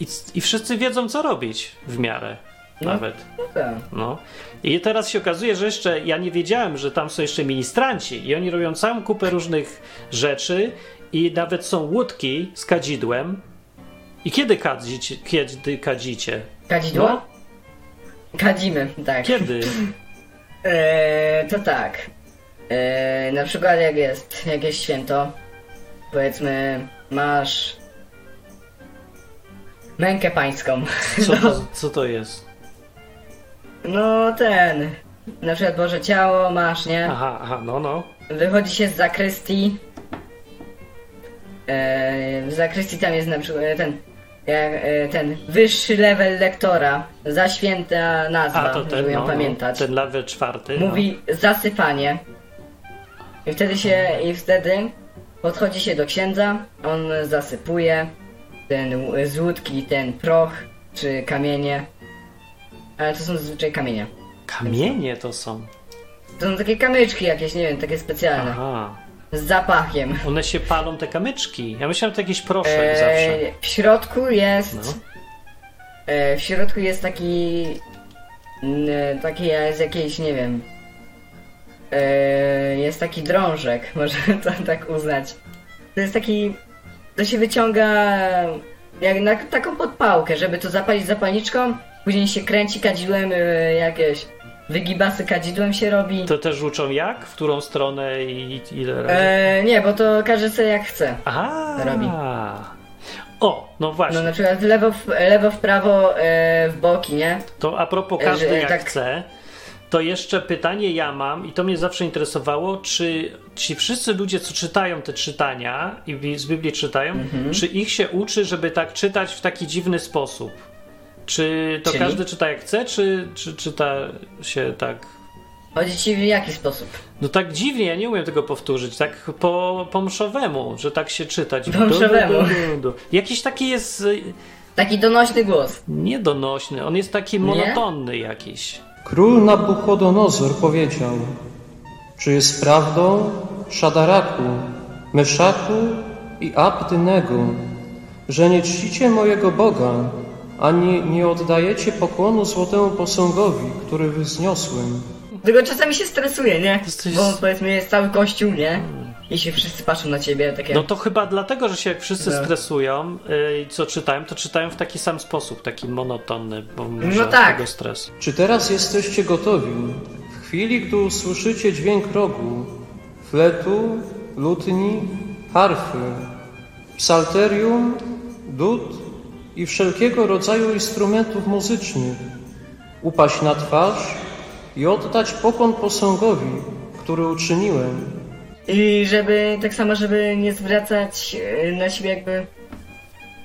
A: i, i wszyscy wiedzą, co robić w miarę
C: No.
A: nawet.
C: No tak.
A: No. I teraz się okazuje, że jeszcze ja nie wiedziałem, że tam są jeszcze ministranci i oni robią całą kupę różnych rzeczy i nawet są łódki z kadzidłem. I kiedy kadzicie? Kiedy kadzicie?
C: Kadzidło?
A: No.
C: Kadzimy, tak.
A: Kiedy?
C: Eee, to tak. Eee, na przykład jak jest jakieś święto, powiedzmy masz mękę pańską.
A: Co to, co to jest?
C: No ten, na przykład Boże Ciało masz, nie?
A: Aha, aha, no, no.
C: Wychodzi się z zakrystii. Eee, w zakrystii tam jest na przykład e, ten, jak, e, ten wyższy level lektora, zaświęta nazwa,
A: A to ten,
C: żeby ją
A: no, no,
C: pamiętać.
A: ten level czwarty. no.
C: Mówi zasypanie. I wtedy się, i wtedy podchodzi się do księdza, on zasypuje ten ł- z łódki, ten proch, czy kamienie. Ale to są zazwyczaj kamienie.
A: No. Kamienie to są.
C: To są takie kamyczki jakieś, nie wiem, takie specjalne.
A: Aha.
C: Z zapachiem.
A: One się palą, te kamyczki. Ja myślałem, że to jakiś proszek zawsze.
C: E, w środku jest...
A: No.
C: E, w środku jest taki... n- Taki z jakiejś, nie wiem... E, jest taki drążek, może to tak uznać. To jest taki... To się wyciąga jak na taką podpałkę, żeby to zapalić zapalniczką, później się kręci kadzidłem e, jakieś... Wygibasy kadzidłem się robi.
A: To też uczą jak? W którą stronę i ile razy?
C: E, nie, bo to każdy sobie jak chce.
A: Aha.
C: robi.
A: O, no właśnie.
C: No na przykład w lewo, w, lewo w prawo, e, w boki, nie?
A: To a propos każdy
C: Że
A: jak
C: tak-
A: chce, to jeszcze pytanie ja mam i to mnie zawsze interesowało, czy ci wszyscy ludzie, co czytają te czytania i bi- z Biblii czytają,
C: Mhm.
A: czy ich się uczy, żeby tak czytać w taki dziwny sposób? Czy to
C: Czyli?
A: każdy czyta jak chce, czy, czy czyta się tak...
C: Chodzi ci w jaki sposób?
A: No tak dziwnie, ja nie umiem tego powtórzyć, tak po, po mszowemu, że tak się czytać.
C: Po mszowemu.
A: Du, du, du, du. Jakiś taki jest y,
C: Taki donośny głos.
A: niedonośny, on jest taki monotonny jakiś.
D: Król Nabuchodonozor powiedział: Czy jest prawdą Szadaraku, Meszaku i Abdynego, że nie czcicie mojego Boga, ani nie oddajecie pokłonu złotemu posągowi, który wzniosłem?
C: Tylko czasami się stresuje, nie?
A: jest coś-
C: Bo powiedzmy jest cały kościół, nie? I się wszyscy patrzą na ciebie, tak takie...
A: No to chyba dlatego, że się jak wszyscy
C: Tak.
A: stresują, y, co czytają, to czytają w taki sam sposób, taki monotonny, bo może
C: tak.
A: tego stres.
D: Czy teraz jesteście gotowi? W chwili, gdy usłyszycie dźwięk rogu, fletu, lutni, harfy, psalterium, dud i wszelkiego rodzaju instrumentów muzycznych, upaść na twarz i oddać pokon posągowi, który uczyniłem.
C: I żeby, tak samo, żeby nie zwracać e, na siebie jakby...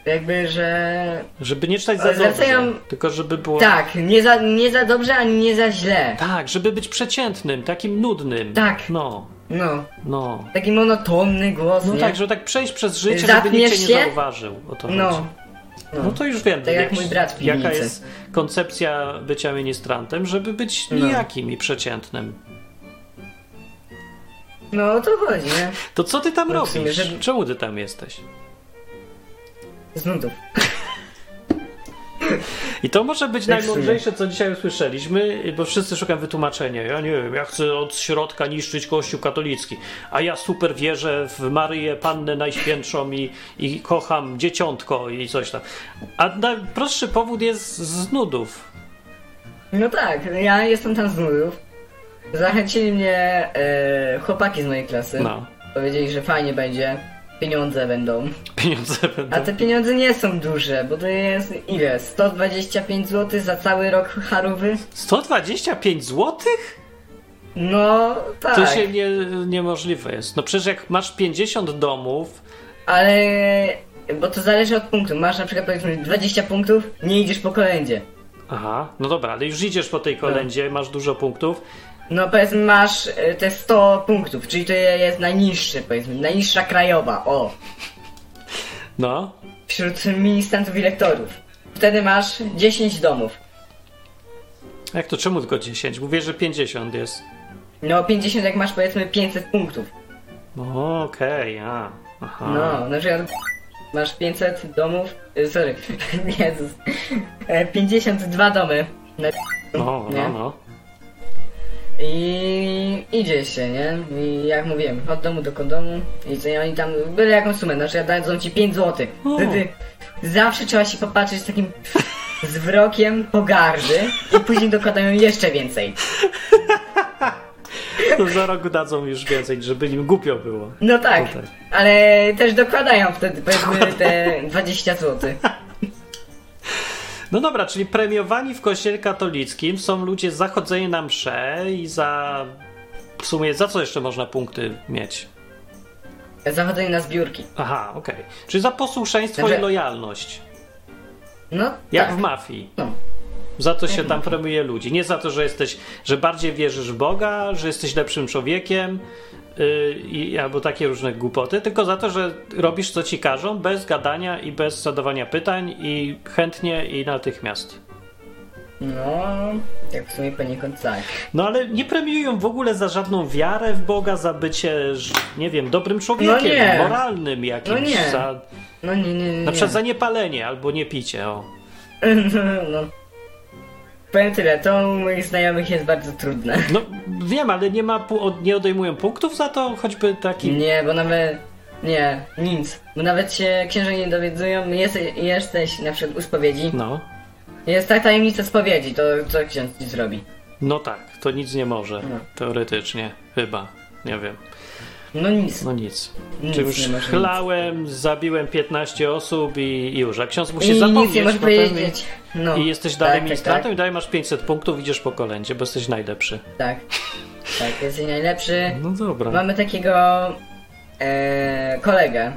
C: Jakby, że...
A: Żeby nie czytać za
C: Ale
A: dobrze,
C: zwracają-
A: tylko żeby było...
C: Tak, nie za, nie za dobrze, ani nie za źle.
A: Tak, żeby być przeciętnym, takim nudnym.
C: Tak.
A: No,
C: No,
A: no.
C: taki monotonny głos,
A: No
C: nie?
A: tak, żeby tak przejść przez życie, żeby
C: Zatniesz
A: nikt cię nie
C: się?
A: zauważył. O to chodzi.
C: No.
A: No to już wiem,
C: Tak jak
A: jakiś-
C: mój brat w
A: jaka
C: piwnicy.
A: jest koncepcja bycia ministrantem, żeby być
C: No.
A: nijakim i przeciętnym.
C: No o to chodzi, nie?
A: To co ty tam
C: No w
A: robisz?
C: sumie, żeby-
A: Czemu ty tam jesteś?
C: Z nudów.
A: I to może być
C: Tak w
A: najmądrzejsze, co dzisiaj usłyszeliśmy, bo wszyscy szukają wytłumaczenia. Ja nie wiem, ja chcę od środka niszczyć Kościół katolicki, a ja super wierzę w Maryję Pannę Najświętszą i, i kocham dzieciątko i coś tam. A najprostszy powód jest z nudów.
C: No tak, ja jestem tam z nudów. Zachęcili mnie e, chłopaki z mojej klasy.
A: No,
C: Powiedzieli, że fajnie będzie, pieniądze będą.
A: pieniądze będą.
C: A te pieniądze nie są duże, bo to jest ile? 125 zł za cały rok harówy?
A: 125 złotych?
C: No tak,
A: To się nie, niemożliwe jest. No przecież jak masz 50 domów,
C: ale bo to zależy od punktu. Masz na przykład powiedzmy 20 punktów, nie idziesz po kolędzie.
A: Aha, no dobra, ale już idziesz po tej
C: Tak.
A: kolędzie, masz dużo punktów.
C: No powiedzmy masz e, te 100 punktów, czyli to jest najniższe powiedzmy, najniższa krajowa, o,
A: No,
C: wśród ministrantów i lektorów. Wtedy masz 10 domów.
A: jak to czemu tylko 10? Mówię, że 50 jest.
C: No 50 jak masz powiedzmy 500 punktów.
A: O, No, Okej, a. Aha.
C: No, na przykład masz 500 domów, y, sorry, Jezus, E, 52 domy na-
A: No, no,
C: nie?
A: no.
C: i idzie się, nie? I jak mówiłem, od domu do domu i co, i oni tam, byle jaką sumę, znaczy na przykład dadzą ci 5 złotych.
A: O.
C: Wtedy zawsze trzeba się popatrzeć z takim zwrokiem pogardy i później dokładają jeszcze więcej.
A: To No, za rok dadzą już więcej, żeby im głupio było.
C: No tak,
A: No tak.
C: ale też dokładają wtedy powiedzmy te 20 złotych.
A: No dobra, czyli premiowani w kościele katolickim są ludzie za chodzenie na msze i za. W sumie za co jeszcze można punkty mieć?
C: Zachodzenie na zbiórki.
A: Aha, okej. Czyli za posłuszeństwo
C: Dobrze.
A: i lojalność.
C: No
A: Jak
C: tak.
A: w mafii.
C: No. Mhm.
A: Za to się tam premiuje ludzi. Nie za to, że jesteś, że bardziej wierzysz w Boga, że jesteś lepszym człowiekiem yy, i, albo takie różne głupoty, tylko za to, że robisz co ci każą, bez gadania i bez zadawania pytań i chętnie i natychmiast.
C: No, tak w sumie poniekąd tak.
A: No ale nie premiują w ogóle za żadną wiarę w Boga, za bycie, ż- nie wiem, dobrym człowiekiem,
C: No nie.
A: moralnym jakimś.
C: No nie.
A: Za,
C: No nie, nie, nie.
A: na przykład
C: nie.
A: za niepalenie albo nie picie. O.
C: no. Powiem tyle, to u moich znajomych jest bardzo trudne.
A: No wiem, ale nie, ma, pu- od- nie odejmują punktów za to, choćby taki
C: Nie, bo nawet... Nie, nic. Bo nawet się księża nie dowiedzują, jest, jesteś na przykład u spowiedzi.
A: No,
C: Jest tak tajemnica spowiedzi, to co ksiądz ci zrobi?
A: no tak, to nic nie może.
C: No.
A: Teoretycznie, chyba. Nie wiem.
C: No nic.
A: No nic.
C: Nic
A: Czy już
C: nie może
A: chlałem, zabiłem 15 osób i i już. A ksiądz musi
C: I
A: zapomnieć
C: nic nie możesz
A: potem
C: powiedzieć. No.
A: I, i jesteś dalej
C: tak,
A: ministrantem
C: Tak,
A: i dalej masz 500 punktów, idziesz po kolędzie, bo jesteś najlepszy.
C: tak, tak. tak, jesteś najlepszy.
A: No dobra.
C: Mamy takiego e, kolegę.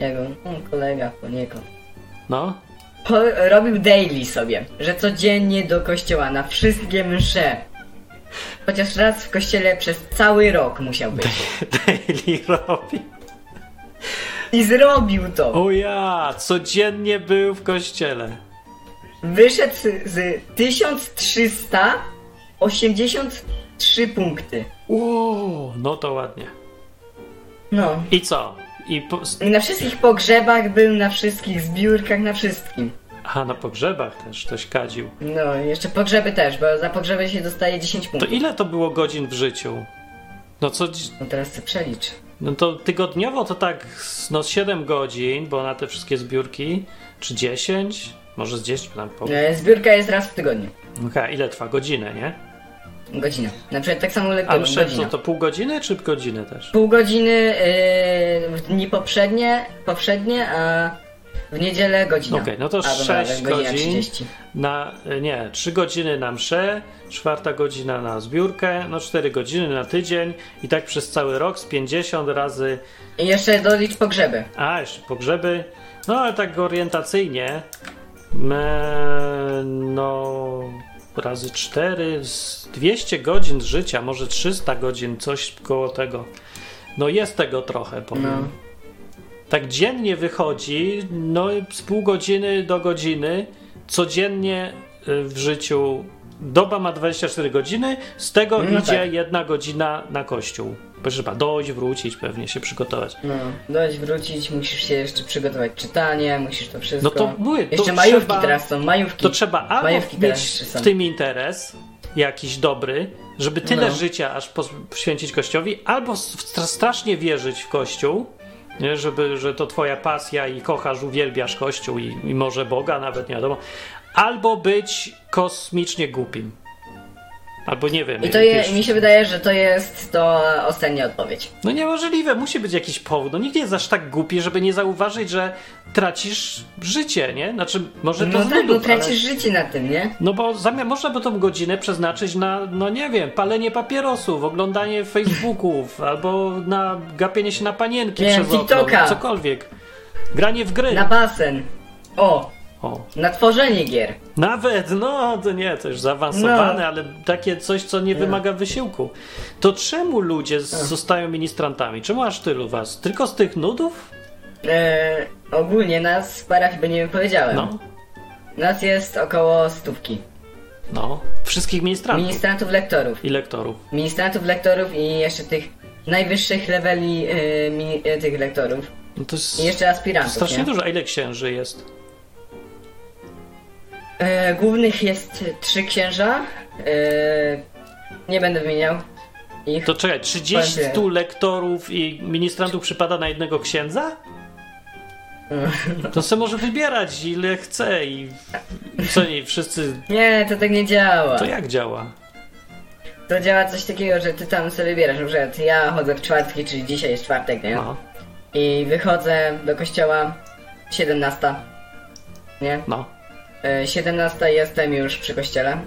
C: Jego no, kolega poniekąd.
A: No,
C: Po, robił daily sobie, że codziennie do kościoła na wszystkie msze. Chociaż raz w kościele przez cały rok musiał być.
A: daily robi.
C: I zrobił to.
A: O ja, codziennie był w kościele.
C: Wyszedł z- z 1383 punkty.
A: Ło, no to ładnie.
C: No.
A: I co? I po... s-
C: I na wszystkich pogrzebach był, na wszystkich zbiórkach, na wszystkim.
A: Aha, na pogrzebach też ktoś kadził.
C: No, jeszcze pogrzeby też, bo za pogrzeby się dostaje 10
A: To
C: punktów.
A: ile to było godzin w życiu? No co, dzi-
C: No teraz chcę przelicz.
A: no to tygodniowo to tak s- no 7 godzin, bo na te wszystkie zbiórki, czy 10, może z 10 tam po...
C: E, Zbiórka jest raz w tygodniu.
A: Okej, ile trwa? Godzinę, nie?
C: Godzina. Na przykład tak samo
A: A
C: lekko
A: msze co,
C: godzina.
A: to pół godziny czy godziny też?
C: Pół godziny e, w dni poprzednie, poprzednie, a w niedzielę godzina.
A: Okej, no to
C: A, dobra,
A: sześć
C: godzina
A: godzin.
C: 30.
A: Na, e, nie, 3 godziny na mszę, czwarta godzina na zbiórkę, no 4 godziny na tydzień i tak przez cały rok z 50 razy,
C: I jeszcze dolicz pogrzeby.
A: a jeszcze pogrzeby, no ale tak orientacyjnie, me, no razy 4, z 200 godzin życia, może 300 godzin, coś koło tego. No jest tego trochę, powiem.
C: No.
A: Tak dziennie wychodzi, no z pół godziny do godziny, codziennie y, w życiu doba ma 24 godziny, z tego
C: No
A: idzie
C: tak.
A: jedna godzina na kościół. Bo trzeba dojść, wrócić, pewnie się przygotować.
C: No, dojść, wrócić, musisz się jeszcze przygotować czytanie, musisz to wszystko.
A: No to mówię, to
C: Jeszcze majówki
A: trzeba-
C: teraz są, majówki.
A: To trzeba albo
C: Majówki
A: mieć
C: teraz jeszcze są.
A: w tym interes jakiś dobry, żeby tyle
C: No.
A: życia aż pos- poświęcić Kościowi, albo s- w- stra- strasznie wierzyć w Kościół, nie? Żeby, że to twoja pasja i kochasz, uwielbiasz Kościół i, i może Boga nawet, nie wiadomo. Albo być kosmicznie głupim. Albo nie wiem.
C: I to
A: jakieś-
C: je, mi się wydaje, że to jest to ostatnia odpowiedź.
A: No niemożliwe, musi być jakiś powód. No nikt nie jest aż tak głupi, żeby nie zauważyć, że tracisz życie, nie? Znaczy, może to
C: no
A: z
C: tak,
A: nudów,
C: bo tracisz
A: ale...
C: życie na tym, nie?
A: No bo zamiast, można by tą godzinę przeznaczyć na, no nie wiem, palenie papierosów, oglądanie Facebooków, albo na gapienie się na panienki
C: Nie,
A: przez
C: TikToka.
A: okno, cokolwiek. Granie w gry.
C: Na basen. O,
A: O,
C: na tworzenie gier.
A: nawet, no to nie, to już zaawansowane,
C: No.
A: ale takie coś, co nie wymaga wysiłku. To czemu ludzie z, zostają ministrantami? Czemu aż tylu was? Tylko z tych nudów?
C: E, ogólnie nas w parach by nie powiedziałem.
A: No,
C: Nas jest około stówki.
A: no. Wszystkich ministrantów
C: Ministrantów lektorów.
A: i lektorów.
C: Ministrantów lektorów i jeszcze tych najwyższych leveli e, mi, e, tych lektorów.
A: No to jest
C: I jeszcze aspirantów.
A: strasznie
C: nie?
A: dużo. A ile księży jest?
C: E, głównych jest trzy księża. E, nie będę wymieniał ich.
A: To czekaj, 30
C: Będzie.
A: lektorów i ministrantów przypada na jednego księdza? To se może wybierać ile chce i i co nie, wszyscy...
C: Nie, to tak nie działa.
A: To jak działa?
C: To działa coś takiego, że ty tam sobie wybierasz, na przykład ja chodzę w czwartki, czyli dzisiaj jest czwartek, nie?
A: No,
C: I wychodzę do kościoła 17. Nie?
A: no.
C: E, 17 jestem już przy kościele.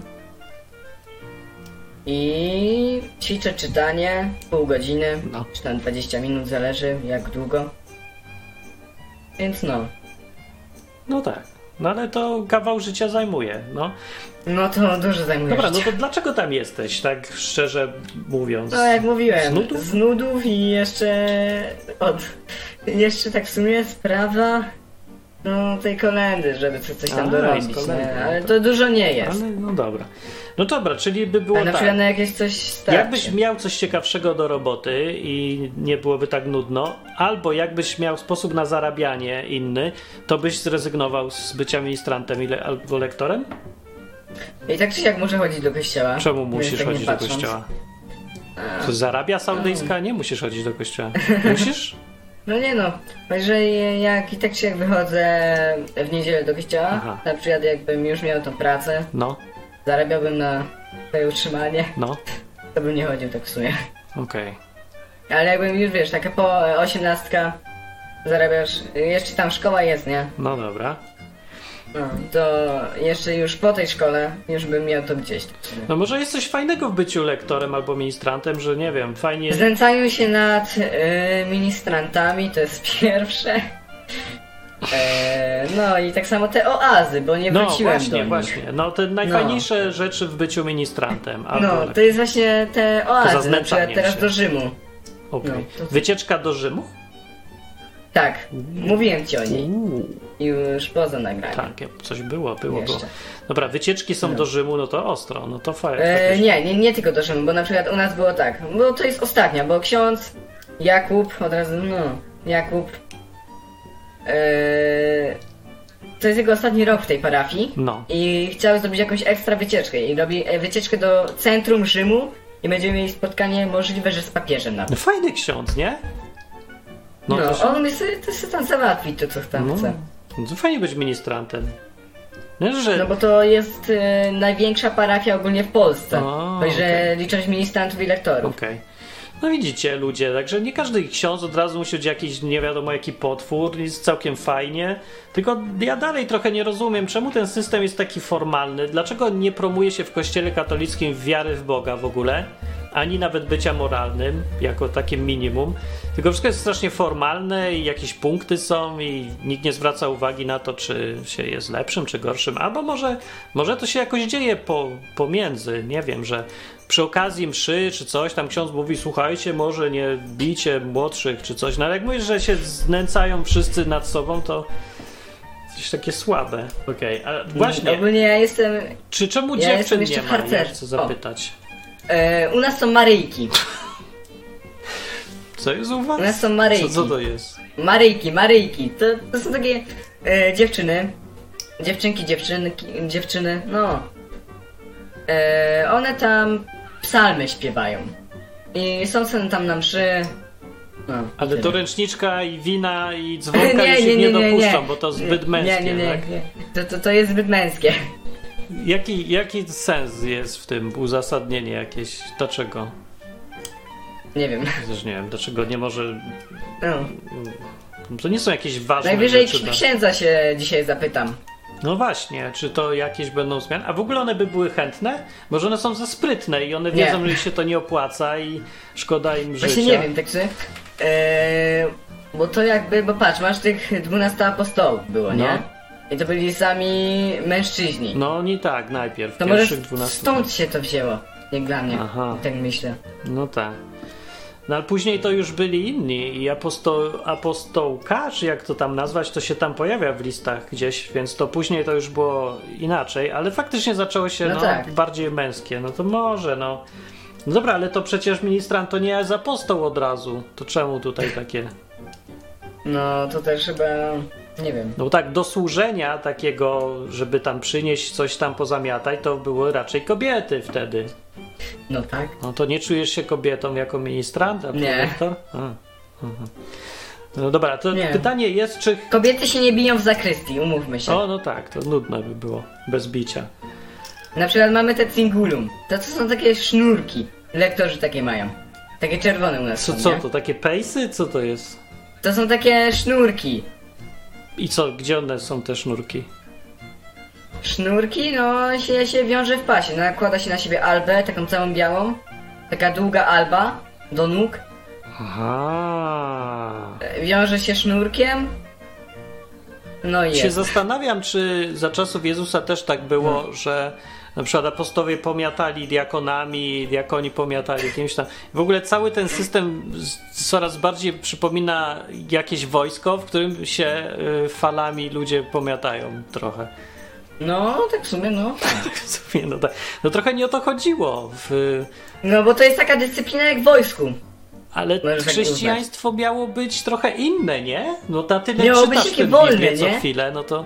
C: I ćwiczę czytanie pół godziny,
A: No.
C: czy tam 20 minut, zależy jak długo. Więc no.
A: No tak. No ale to kawał życia zajmuje, no.
C: No to dużo zajmuje
A: Dobra, no
C: życia.
A: to dlaczego tam jesteś, tak szczerze mówiąc?
C: No jak mówiłem,
A: z nudów?
C: nudów i jeszcze od... Jeszcze tak w sumie sprawa no tej kolendy, żeby co- coś tam
A: A,
C: dorobić,
A: z kolendy,
C: nie?
A: no
C: ale
A: to-
C: to dużo nie jest.
A: Ale no dobra. No dobra, czyli by było
C: Ale na
A: tak.
C: przykład na jakieś coś starcie.
A: Jakbyś miał coś ciekawszego do roboty i nie byłoby tak nudno, albo jakbyś miał sposób na zarabianie inny, to byś zrezygnował z bycia ministrantem i le- albo lektorem?
C: I tak czy siak muszę chodzić do kościoła.
A: Czemu
C: więc
A: musisz
C: tak nie
A: chodzić do
C: patrząc. E.
A: kościoła? To zarabia saudyjska? Nie musisz chodzić do kościoła. Musisz?
C: No nie no, jeżeli jak i tak się jak wychodzę w niedzielę do kościoła,
A: Aha.
C: na przykład jakbym już miał tą pracę,
A: No,
C: zarabiałbym na swoje utrzymanie,
A: no,
C: to bym nie chodził tak w sumie.
A: okej.
C: Ale jakbym już wiesz, taka po e, osiemnastka zarabiasz, jeszcze tam szkoła jest, nie?
A: No dobra.
C: No, to jeszcze już po tej szkole już bym miał to gdzieś.
A: No może jest coś fajnego w byciu lektorem albo ministrantem, że nie wiem, fajnie...
C: Znęcają się nad e, ministrantami, to jest pierwsze. E, no i tak samo te oazy, bo nie
A: No
C: wróciłem do
A: właśnie,
C: nich.
A: właśnie. No te najfajniejsze rzeczy w byciu ministrantem albo
C: No,
A: lektorem.
C: to jest właśnie te oazy, na przykład
A: zaznęcanie
C: teraz
A: się.
C: do Rzymu.
A: Okej.
C: no, to-
A: Wycieczka do Rzymu?
C: Tak, mówiłem ci o niej
A: Uuu,
C: już poza nagraniem.
A: Mm. tak, ja- coś było, było,
C: Jeszcze.
A: było. Dobra, wycieczki są do Rzymu, no to ostro, no to fajnie.
C: E, nie, nie, nie tylko do Rzymu, bo na przykład u nas było tak, bo to jest ostatnia, bo ksiądz Jakub, od razu, no, Jakub, e, to jest jego ostatni rok w tej parafii
A: No.
C: i chciał zrobić jakąś ekstra wycieczkę i robi e, wycieczkę do centrum Rzymu i będziemy mieli spotkanie możliwe, że z papieżem nawet.
A: No fajny ksiądz, nie?
C: No,
A: to się-
C: on mi sobie, to sobie tam załatwi to, co tam
A: no,
C: chce.
A: no to fajnie być ministrantem. Nie, że...
C: No bo to jest e, największa parafia ogólnie w Polsce.
A: A,
C: Także
A: okej.
C: licząc ministrantów i lektorów.
A: Okej. No widzicie, ludzie, także nie każdy ksiądz od razu musi być jakiś nie wiadomo jaki potwór, jest całkiem fajnie. Tylko ja dalej trochę nie rozumiem, czemu ten system jest taki formalny, dlaczego nie promuje się w kościele katolickim wiary w Boga w ogóle, ani nawet bycia moralnym, jako takie minimum. Tylko wszystko jest strasznie formalne i jakieś punkty są i nikt nie zwraca uwagi na to, czy się jest lepszym, czy gorszym. Albo może, może to się jakoś dzieje po, pomiędzy, nie wiem, że przy okazji mszy czy coś, tam ksiądz mówi, słuchajcie, może nie bijcie młodszych czy coś, no ale jak mówisz, że się znęcają wszyscy nad sobą, to jakieś takie słabe. Okej, a właśnie,
C: Ogólnie ja jestem...
A: czy czemu
C: ja jestem
A: dziewczyn
C: jeszcze
A: nie ma?
C: w
A: Ja
C: harcerce.
A: chcę
C: O.
A: zapytać.
C: E, u nas są Maryjki.
A: Co jest u was?
C: U nas są Maryjki.
A: Co, co to jest?
C: Maryjki, Maryjki. To, to są takie e, dziewczyny. Dziewczynki, dziewczynki, dziewczyny, no. E, one tam psalmy śpiewają. I są sen tam na mszy. No,
A: Ale
C: tyle.
A: to ręczniczka i wina i
C: nie,
A: dzwonka
C: nie,
A: już
C: nie,
A: ich
C: nie,
A: nie
C: nie,
A: dopuszczą, bo to zbyt męskie,
C: nie, nie, nie,
A: tak?
C: nie. To, to, to jest zbyt męskie.
A: Jaki, jaki sens jest w tym? Uzasadnienie jakieś? Dlaczego?
C: Nie wiem.
A: Też nie wiem, dlaczego nie może...
C: No.
A: To nie są jakieś ważne
C: Najwyżej
A: rzeczy.
C: ksi-
A: no.
C: księdza się dzisiaj zapytam.
A: No właśnie, czy to jakieś będą zmiany? A w ogóle one by były chętne? Może one są za sprytne i one
C: Nie.
A: wiedzą, że się to nie opłaca i szkoda im życia.
C: Właśnie nie wiem, także. Eee, bo to jakby, bo patrz, masz tych 12 apostołów było, nie? I to byli sami mężczyźni.
A: No oni tak, najpierw,
C: to może
A: pierwszych 12.
C: stąd się to wzięło, jak dla mnie.
A: Aha.
C: Tak myślę.
A: No tak. No ale później to już byli inni i aposto- apostołka, czy jak to tam nazwać, to się tam pojawia w listach gdzieś, więc to później to już było inaczej, ale faktycznie zaczęło się no,
C: No tak.
A: bardziej męskie, no to może, no. no. Dobra, ale to przecież ministrant to nie jest apostoł od razu, to czemu tutaj takie...
C: No to też chyba. Nie wiem.
A: No bo tak, do służenia takiego, żeby tam przynieść coś tam pozamiataj, to były raczej kobiety wtedy.
C: No tak.
A: No to nie czujesz się kobietą jako ministrant, a
C: Nie.
A: dyrektor? A, mhm. No dobra, to
C: Nie.
A: pytanie jest, czy...
C: Kobiety się nie biją w zakrystii, umówmy się.
A: O, no tak, to nudne by było, bez bicia.
C: Na przykład mamy te cingulum. To co są takie sznurki. Lektorzy takie mają. Takie czerwone u nas.
A: Co,
C: są,
A: co
C: nie?
A: to, takie pejsy? Co to jest?
C: To są takie sznurki.
A: I co, gdzie one są te sznurki?
C: Sznurki, no się, się wiąże w pasie. No, Nakłada się na siebie albę, taką całą białą. Taka długa alba do nóg.
A: Aha...
C: E, Wiąże się sznurkiem. No i
A: Się
C: jest.
A: zastanawiam, czy za czasów Jezusa też tak było,
C: Hmm.
A: że na przykład apostowie pomiatali diakonami, diakoni pomiatali kimś tam. W ogóle cały ten system z- coraz bardziej przypomina jakieś wojsko, w którym się y, falami ludzie pomiatają trochę.
C: No, tak w sumie, no.
A: W sumie, No, tak. no trochę nie o to chodziło. W,
C: No bo to jest taka dyscyplina jak w wojsku.
A: ale
C: Możesz tak
A: chrześcijaństwo miało być trochę inne, nie? No na tyle
C: Miało być
A: czytasz
C: takie
A: tę
C: wolne,
A: Biblię co
C: nie?
A: chwilę, no to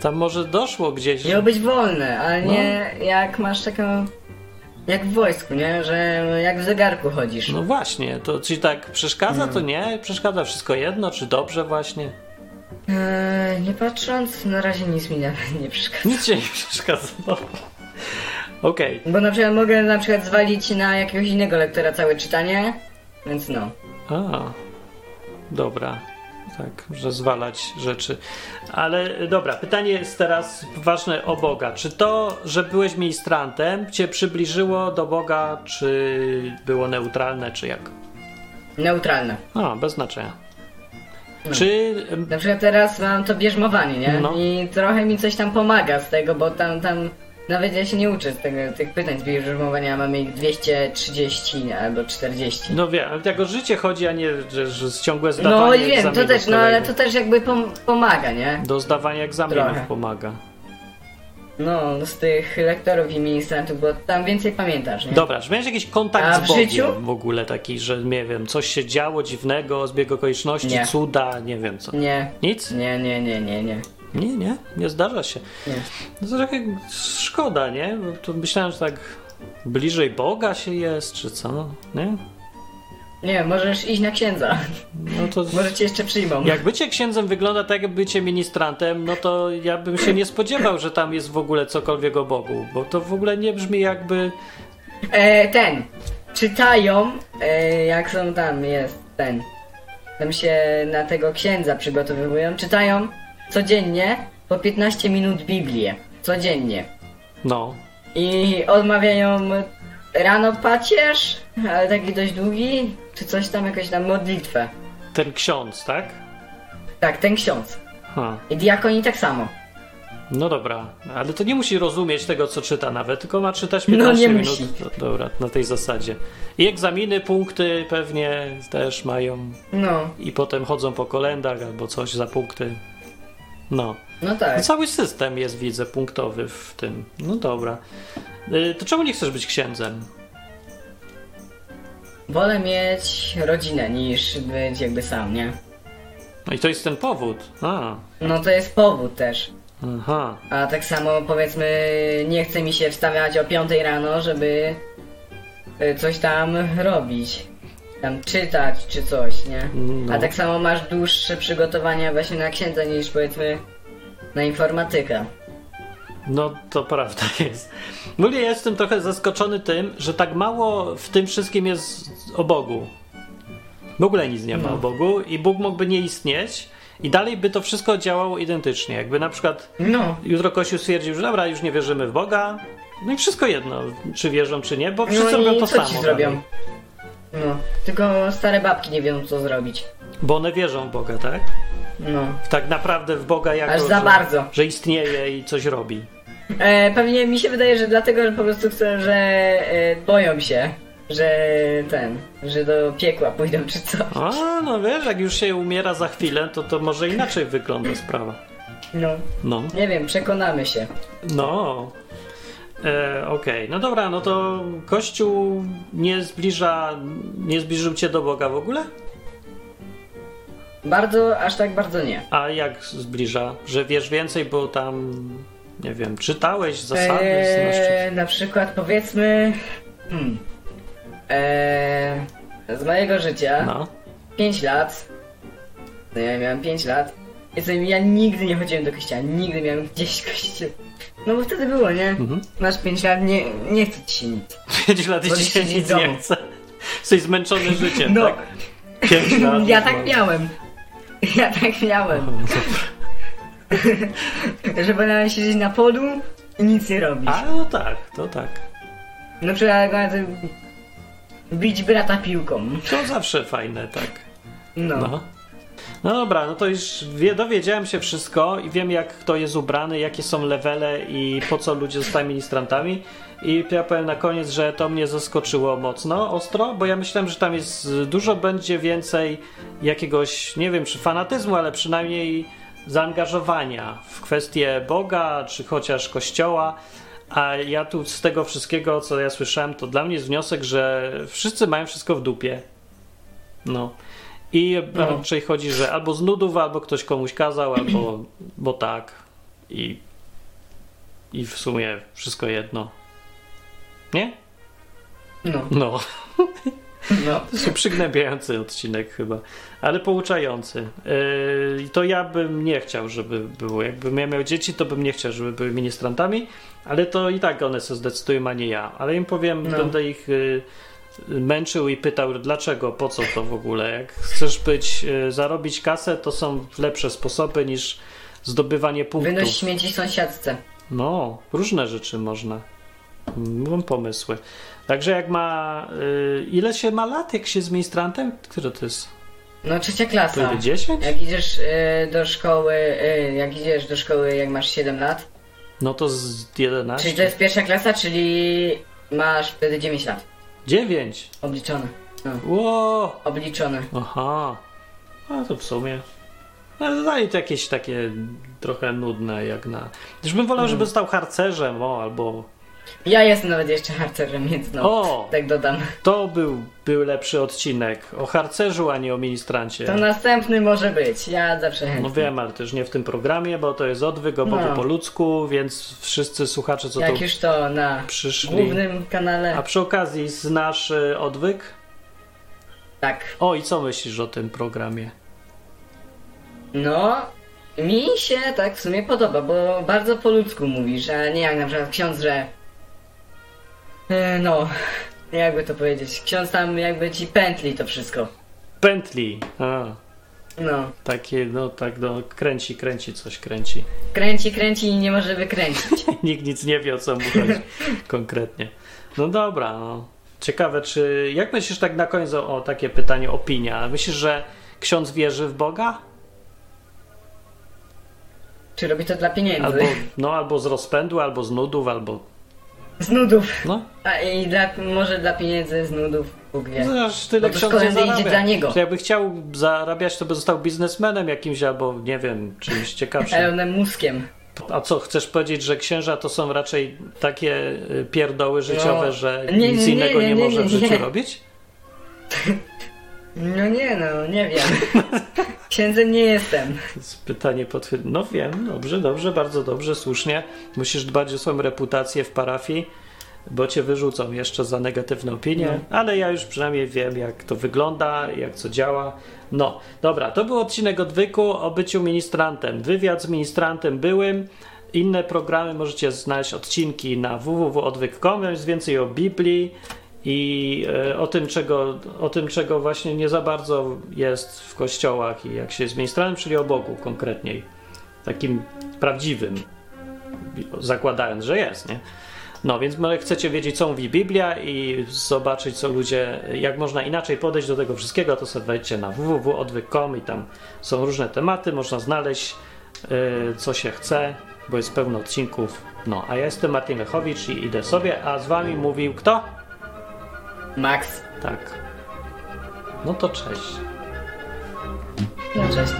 A: tam może doszło gdzieś.
C: Miało być wolne, ale
A: No.
C: nie jak masz taką... Jak w wojsku, nie? Że jak w zegarku chodzisz.
A: No właśnie, to ci tak przeszkadza, to nie? Przeszkadza wszystko jedno, czy dobrze właśnie?
C: Eee, nie patrząc, na razie nic mi nie, nie przeszkadza.
A: Nic się nie przeszkadza. no. Okej,
C: Bo na przykład mogę na przykład zwalić na jakiegoś innego lektora całe czytanie, więc no.
A: a, dobra. Tak, można zwalać rzeczy. Ale y, dobra, pytanie jest teraz ważne o Boga. Czy to, że byłeś ministrantem, cię przybliżyło do Boga, czy było neutralne, czy jak?
C: Neutralne.
A: A, bez znaczenia. Czy y,
C: Na przykład teraz mam to bierzmowanie, nie?
A: No.
C: I trochę mi coś tam pomaga z tego, bo tam, tam nawet ja się nie uczę z tego, tych pytań z bierzmowania, mamy ich 230 albo 40.
A: No wiem, ale tego życie chodzi, a nie że, że ciągłe zdawanie
C: No i wiem,
A: egzaminów
C: to też, no ale to
A: kolejnych.
C: też jakby pom- pomaga, nie?
A: Do zdawania egzaminów
C: Trochę.
A: pomaga.
C: No, z tych lektorów i ministrantów, bo tam więcej pamiętasz, nie?
A: Dobra, czy miałeś jakiś kontakt
C: A
A: z
C: w
A: Bogiem
C: życiu?
A: w ogóle taki, że nie wiem, coś się działo dziwnego, zbieg okoliczności,
C: Nie.
A: cuda, nie wiem co.
C: Nie.
A: Nic?
C: Nie, nie, nie, nie, nie.
A: Nie, nie, nie zdarza się.
C: Nie.
A: No to trochę szkoda, nie? Bo to myślałem, że tak bliżej Boga się jest, czy co, nie?
C: Nie, możesz iść na księdza.
A: No to...
C: Może cię jeszcze przyjmą.
A: Jak bycie księdzem wygląda tak, jak bycie ministrantem, no to ja bym się nie spodziewał, że tam jest w ogóle cokolwiek o Bogu, bo to w ogóle nie brzmi jakby.
C: E, ten. Czytają, e, jak są tam, jest ten. Tam się na tego księdza przygotowują. Czytają codziennie po 15 minut Biblię. Codziennie.
A: No.
C: I odmawiają rano pacierz, ale taki dość długi, czy coś tam, jakąś tam modlitwę.
A: Ten ksiądz, tak?
C: Tak, ten ksiądz.
A: Ha.
C: I diakoni tak samo.
A: No dobra, ale to nie musi rozumieć tego, co czyta nawet, tylko ma czytać
C: No,
A: 15
C: nie
A: minut.
C: musi.
A: No, dobra, na tej zasadzie. I egzaminy, punkty pewnie też mają
C: No,
A: i potem chodzą po kolendach albo coś za punkty. No.
C: No tak.
A: No cały system jest, widzę, punktowy w tym. No dobra. Y, To czemu nie chcesz być księdzem?
C: Wolę mieć rodzinę niż być jakby sam, nie?
A: No i to jest ten powód. A,
C: No to jest powód też.
A: aha.
C: A tak samo powiedzmy, nie chce mi się wstawiać o 5 rano, żeby y, coś tam robić. Tam czytać czy coś, nie?
A: No.
C: A tak samo masz dłuższe przygotowania właśnie na księdza niż powiedzmy na informatykę.
A: No to prawda jest. W ogóle ja jestem trochę zaskoczony tym, że tak mało w tym wszystkim jest o Bogu. W ogóle nic nie ma
C: No.
A: o Bogu i Bóg mógłby nie istnieć i dalej by to wszystko działało identycznie. Jakby na przykład
C: No,
A: jutro Kościół stwierdził, że dobra, już nie wierzymy w Boga. No i wszystko jedno, czy wierzą, czy nie, bo wszyscy
C: no
A: robią
C: i
A: to
C: co
A: samo.
C: ci
A: dalej.
C: zrobią? No, tylko stare babki nie wiedzą co zrobić.
A: Bo one wierzą w Boga, tak?
C: No.
A: Tak naprawdę w Boga jako,
C: Aż za
A: że,
C: bardzo.
A: że istnieje i coś robi.
C: E, pewnie mi się wydaje, że dlatego, że po prostu chcę, że e, boją się, że ten, że do piekła pójdą czy co.
A: A, no wiesz, jak już się umiera za chwilę, to to może inaczej wygląda sprawa.
C: No.
A: No,
C: Nie wiem, przekonamy się.
A: no. E, Okej, no dobra, no to Kościół nie zbliża, nie zbliżył cię do Boga w ogóle?
C: Bardzo, aż tak bardzo nie.
A: A jak zbliża? Że wiesz więcej, bo tam, nie wiem, czytałeś zasady? znasz-
C: Eee, na przykład powiedzmy. Hmm, eee, z mojego życia,
A: No,
C: 5 lat. No ja miałem 5 lat. Jestem, ja nigdy nie chodziłem do kościoła, nigdy miałem gdzieś kościół. No bo wtedy było, nie?
A: Mhm.
C: Masz 5 lat, nie, nie chce ci się nic.
A: 5 lat i
C: Woli
A: dzisiaj
C: siedzieć
A: nic
C: w domu.
A: nie chce. Jesteś zmęczony życiem,
C: No.
A: tak? 5 lat.
C: Ja
A: już
C: tak
A: mam.
C: miałem. Ja tak miałem. Że będę siedzieć na polu i nic nie robić.
A: A, no tak, to tak.
C: Na przykład jak będę bić brata piłką.
A: To zawsze fajne, tak.
C: No.
A: No. No dobra, no to już wie, dowiedziałem się wszystko i wiem jak kto jest ubrany, jakie są levele i po co ludzie zostają ministrantami. I ja powiem na koniec, że to mnie zaskoczyło mocno, ostro, bo ja myślałem, że tam jest y, dużo będzie więcej jakiegoś, nie wiem czy fanatyzmu, ale przynajmniej zaangażowania w kwestie Boga, czy chociaż Kościoła. A ja tu z tego wszystkiego, co ja słyszałem, to dla mnie jest wniosek, że wszyscy mają wszystko w dupie. No. I
C: No.
A: raczej chodzi, że albo z nudów, albo ktoś komuś kazał, albo bo tak. I, I w sumie wszystko jedno. Nie?
C: No.
A: No.
C: No.
A: To jest przygnębiający odcinek chyba, ale pouczający. Yy, to ja bym nie chciał, żeby było. Jakbym ja miał dzieci, to bym nie chciał, żeby były ministrantami, ale to i tak one se zdecydują, a nie ja. Ale im powiem,
C: No.
A: będę ich yy, męczył i pytał, dlaczego, po co to w ogóle. Jak chcesz być, yy, zarobić kasę, to są lepsze sposoby niż zdobywanie punktów.
C: Wynoś no śmieci sąsiadce.
A: No, różne rzeczy można. Mam pomysły. Także jak ma. y, ile się ma lat, jak się z ministrantem? Które to jest?
C: No trzecia klasa.
A: To 10?
C: Jak idziesz y, do szkoły, y, jak idziesz do szkoły, jak masz 7 lat,
A: No to z
C: czyli to
A: 11.
C: jest pierwsza klasa, czyli masz wtedy 9 lat.
A: 9.
C: Obliczone. No.
A: Ło!
C: Obliczone.
A: Aha. A to w sumie. No dalej to jakieś takie trochę nudne jak na. Już bym wolał,
C: Mhm.
A: żeby został harcerzem, o albo.
C: Ja jestem nawet jeszcze harcerem, więc no.
A: O!
C: Tak dodam.
A: To był, był lepszy odcinek. O harcerzu, a nie o ministrancie.
C: To następny może być. Ja zawsze
A: No
C: chętny.
A: wiem, ale też nie w tym programie, bo to jest odwyk o Bogu
C: No.
A: po ludzku, więc wszyscy słuchacze, co
C: Jak
A: tu
C: już to na
A: przyszli.
C: głównym kanale.
A: A przy okazji znasz y, odwyk?
C: Tak.
A: O, i co myślisz o tym programie?
C: No, mi się tak w sumie podoba, bo bardzo po ludzku mówisz, a nie jak na przykład ksiądz, że... E, No, jakby to powiedzieć, ksiądz tam jakby ci pętli to wszystko.
A: Pętli. A,
C: No,
A: takie, no tak, no, kręci, kręci, coś kręci.
C: kręci, kręci i nie może wykręcić.
A: Nikt nic nie wie, o co mu chodzi konkretnie. No dobra, no. Ciekawe, czy... Jak myślisz tak na koniec o, o takie pytanie, opinia? Myślisz, że ksiądz wierzy w Boga?
C: Czy robi to dla pieniędzy?
A: Albo, no, albo z rozpędu, albo z nudów, albo...
C: Z nudów.
A: No,
C: A i dla, może dla pieniędzy, z nudów. Bóg wie.
A: No, Aż tyle
C: Bo No, to
A: ksiądz nie
C: szkolenie idzie
A: zarabia.
C: dla niego.
A: Że jakby chciał zarabiać, to by został biznesmenem jakimś albo, nie wiem, czymś ciekawszym.
C: Elonem Muskiem.
A: A co, chcesz powiedzieć, że księża to są raczej takie y, pierdoły życiowe,
C: No.
A: że
C: Nie, nie,
A: nic
C: nie,
A: innego nie,
C: nie, nie,
A: może w
C: nie.
A: życiu robić?
C: No nie no, nie wiem. Księdzem nie jestem.
A: To jest pytanie potwierdzone. No wiem, dobrze, dobrze, bardzo dobrze, słusznie. Musisz dbać o swoją reputację w parafii, bo cię wyrzucą jeszcze za negatywne opinie, ale ja już przynajmniej wiem, jak to wygląda, jak co działa. No, dobra, to był odcinek odwyku o byciu ministrantem. Wywiad z ministrantem byłym. Inne programy możecie znaleźć odcinki na www.odwyk.com, jest więcej o Biblii i e, o tym, czego, o tym, czego właśnie nie za bardzo jest w kościołach i jak się jest ministrantem, czyli o Bogu konkretniej. Takim prawdziwym, zakładając, że jest, nie? No, więc może chcecie wiedzieć, co mówi Biblia i zobaczyć, co ludzie, jak można inaczej podejść do tego wszystkiego, to sobie wejdźcie na www.odwyk.com i tam są różne tematy, można znaleźć y, co się chce, bo jest pełno odcinków. No, a ja jestem Martin Lechowicz i idę sobie, a z wami mówił kto?
C: Max.
A: Tak. No to cześć.
C: No cześć.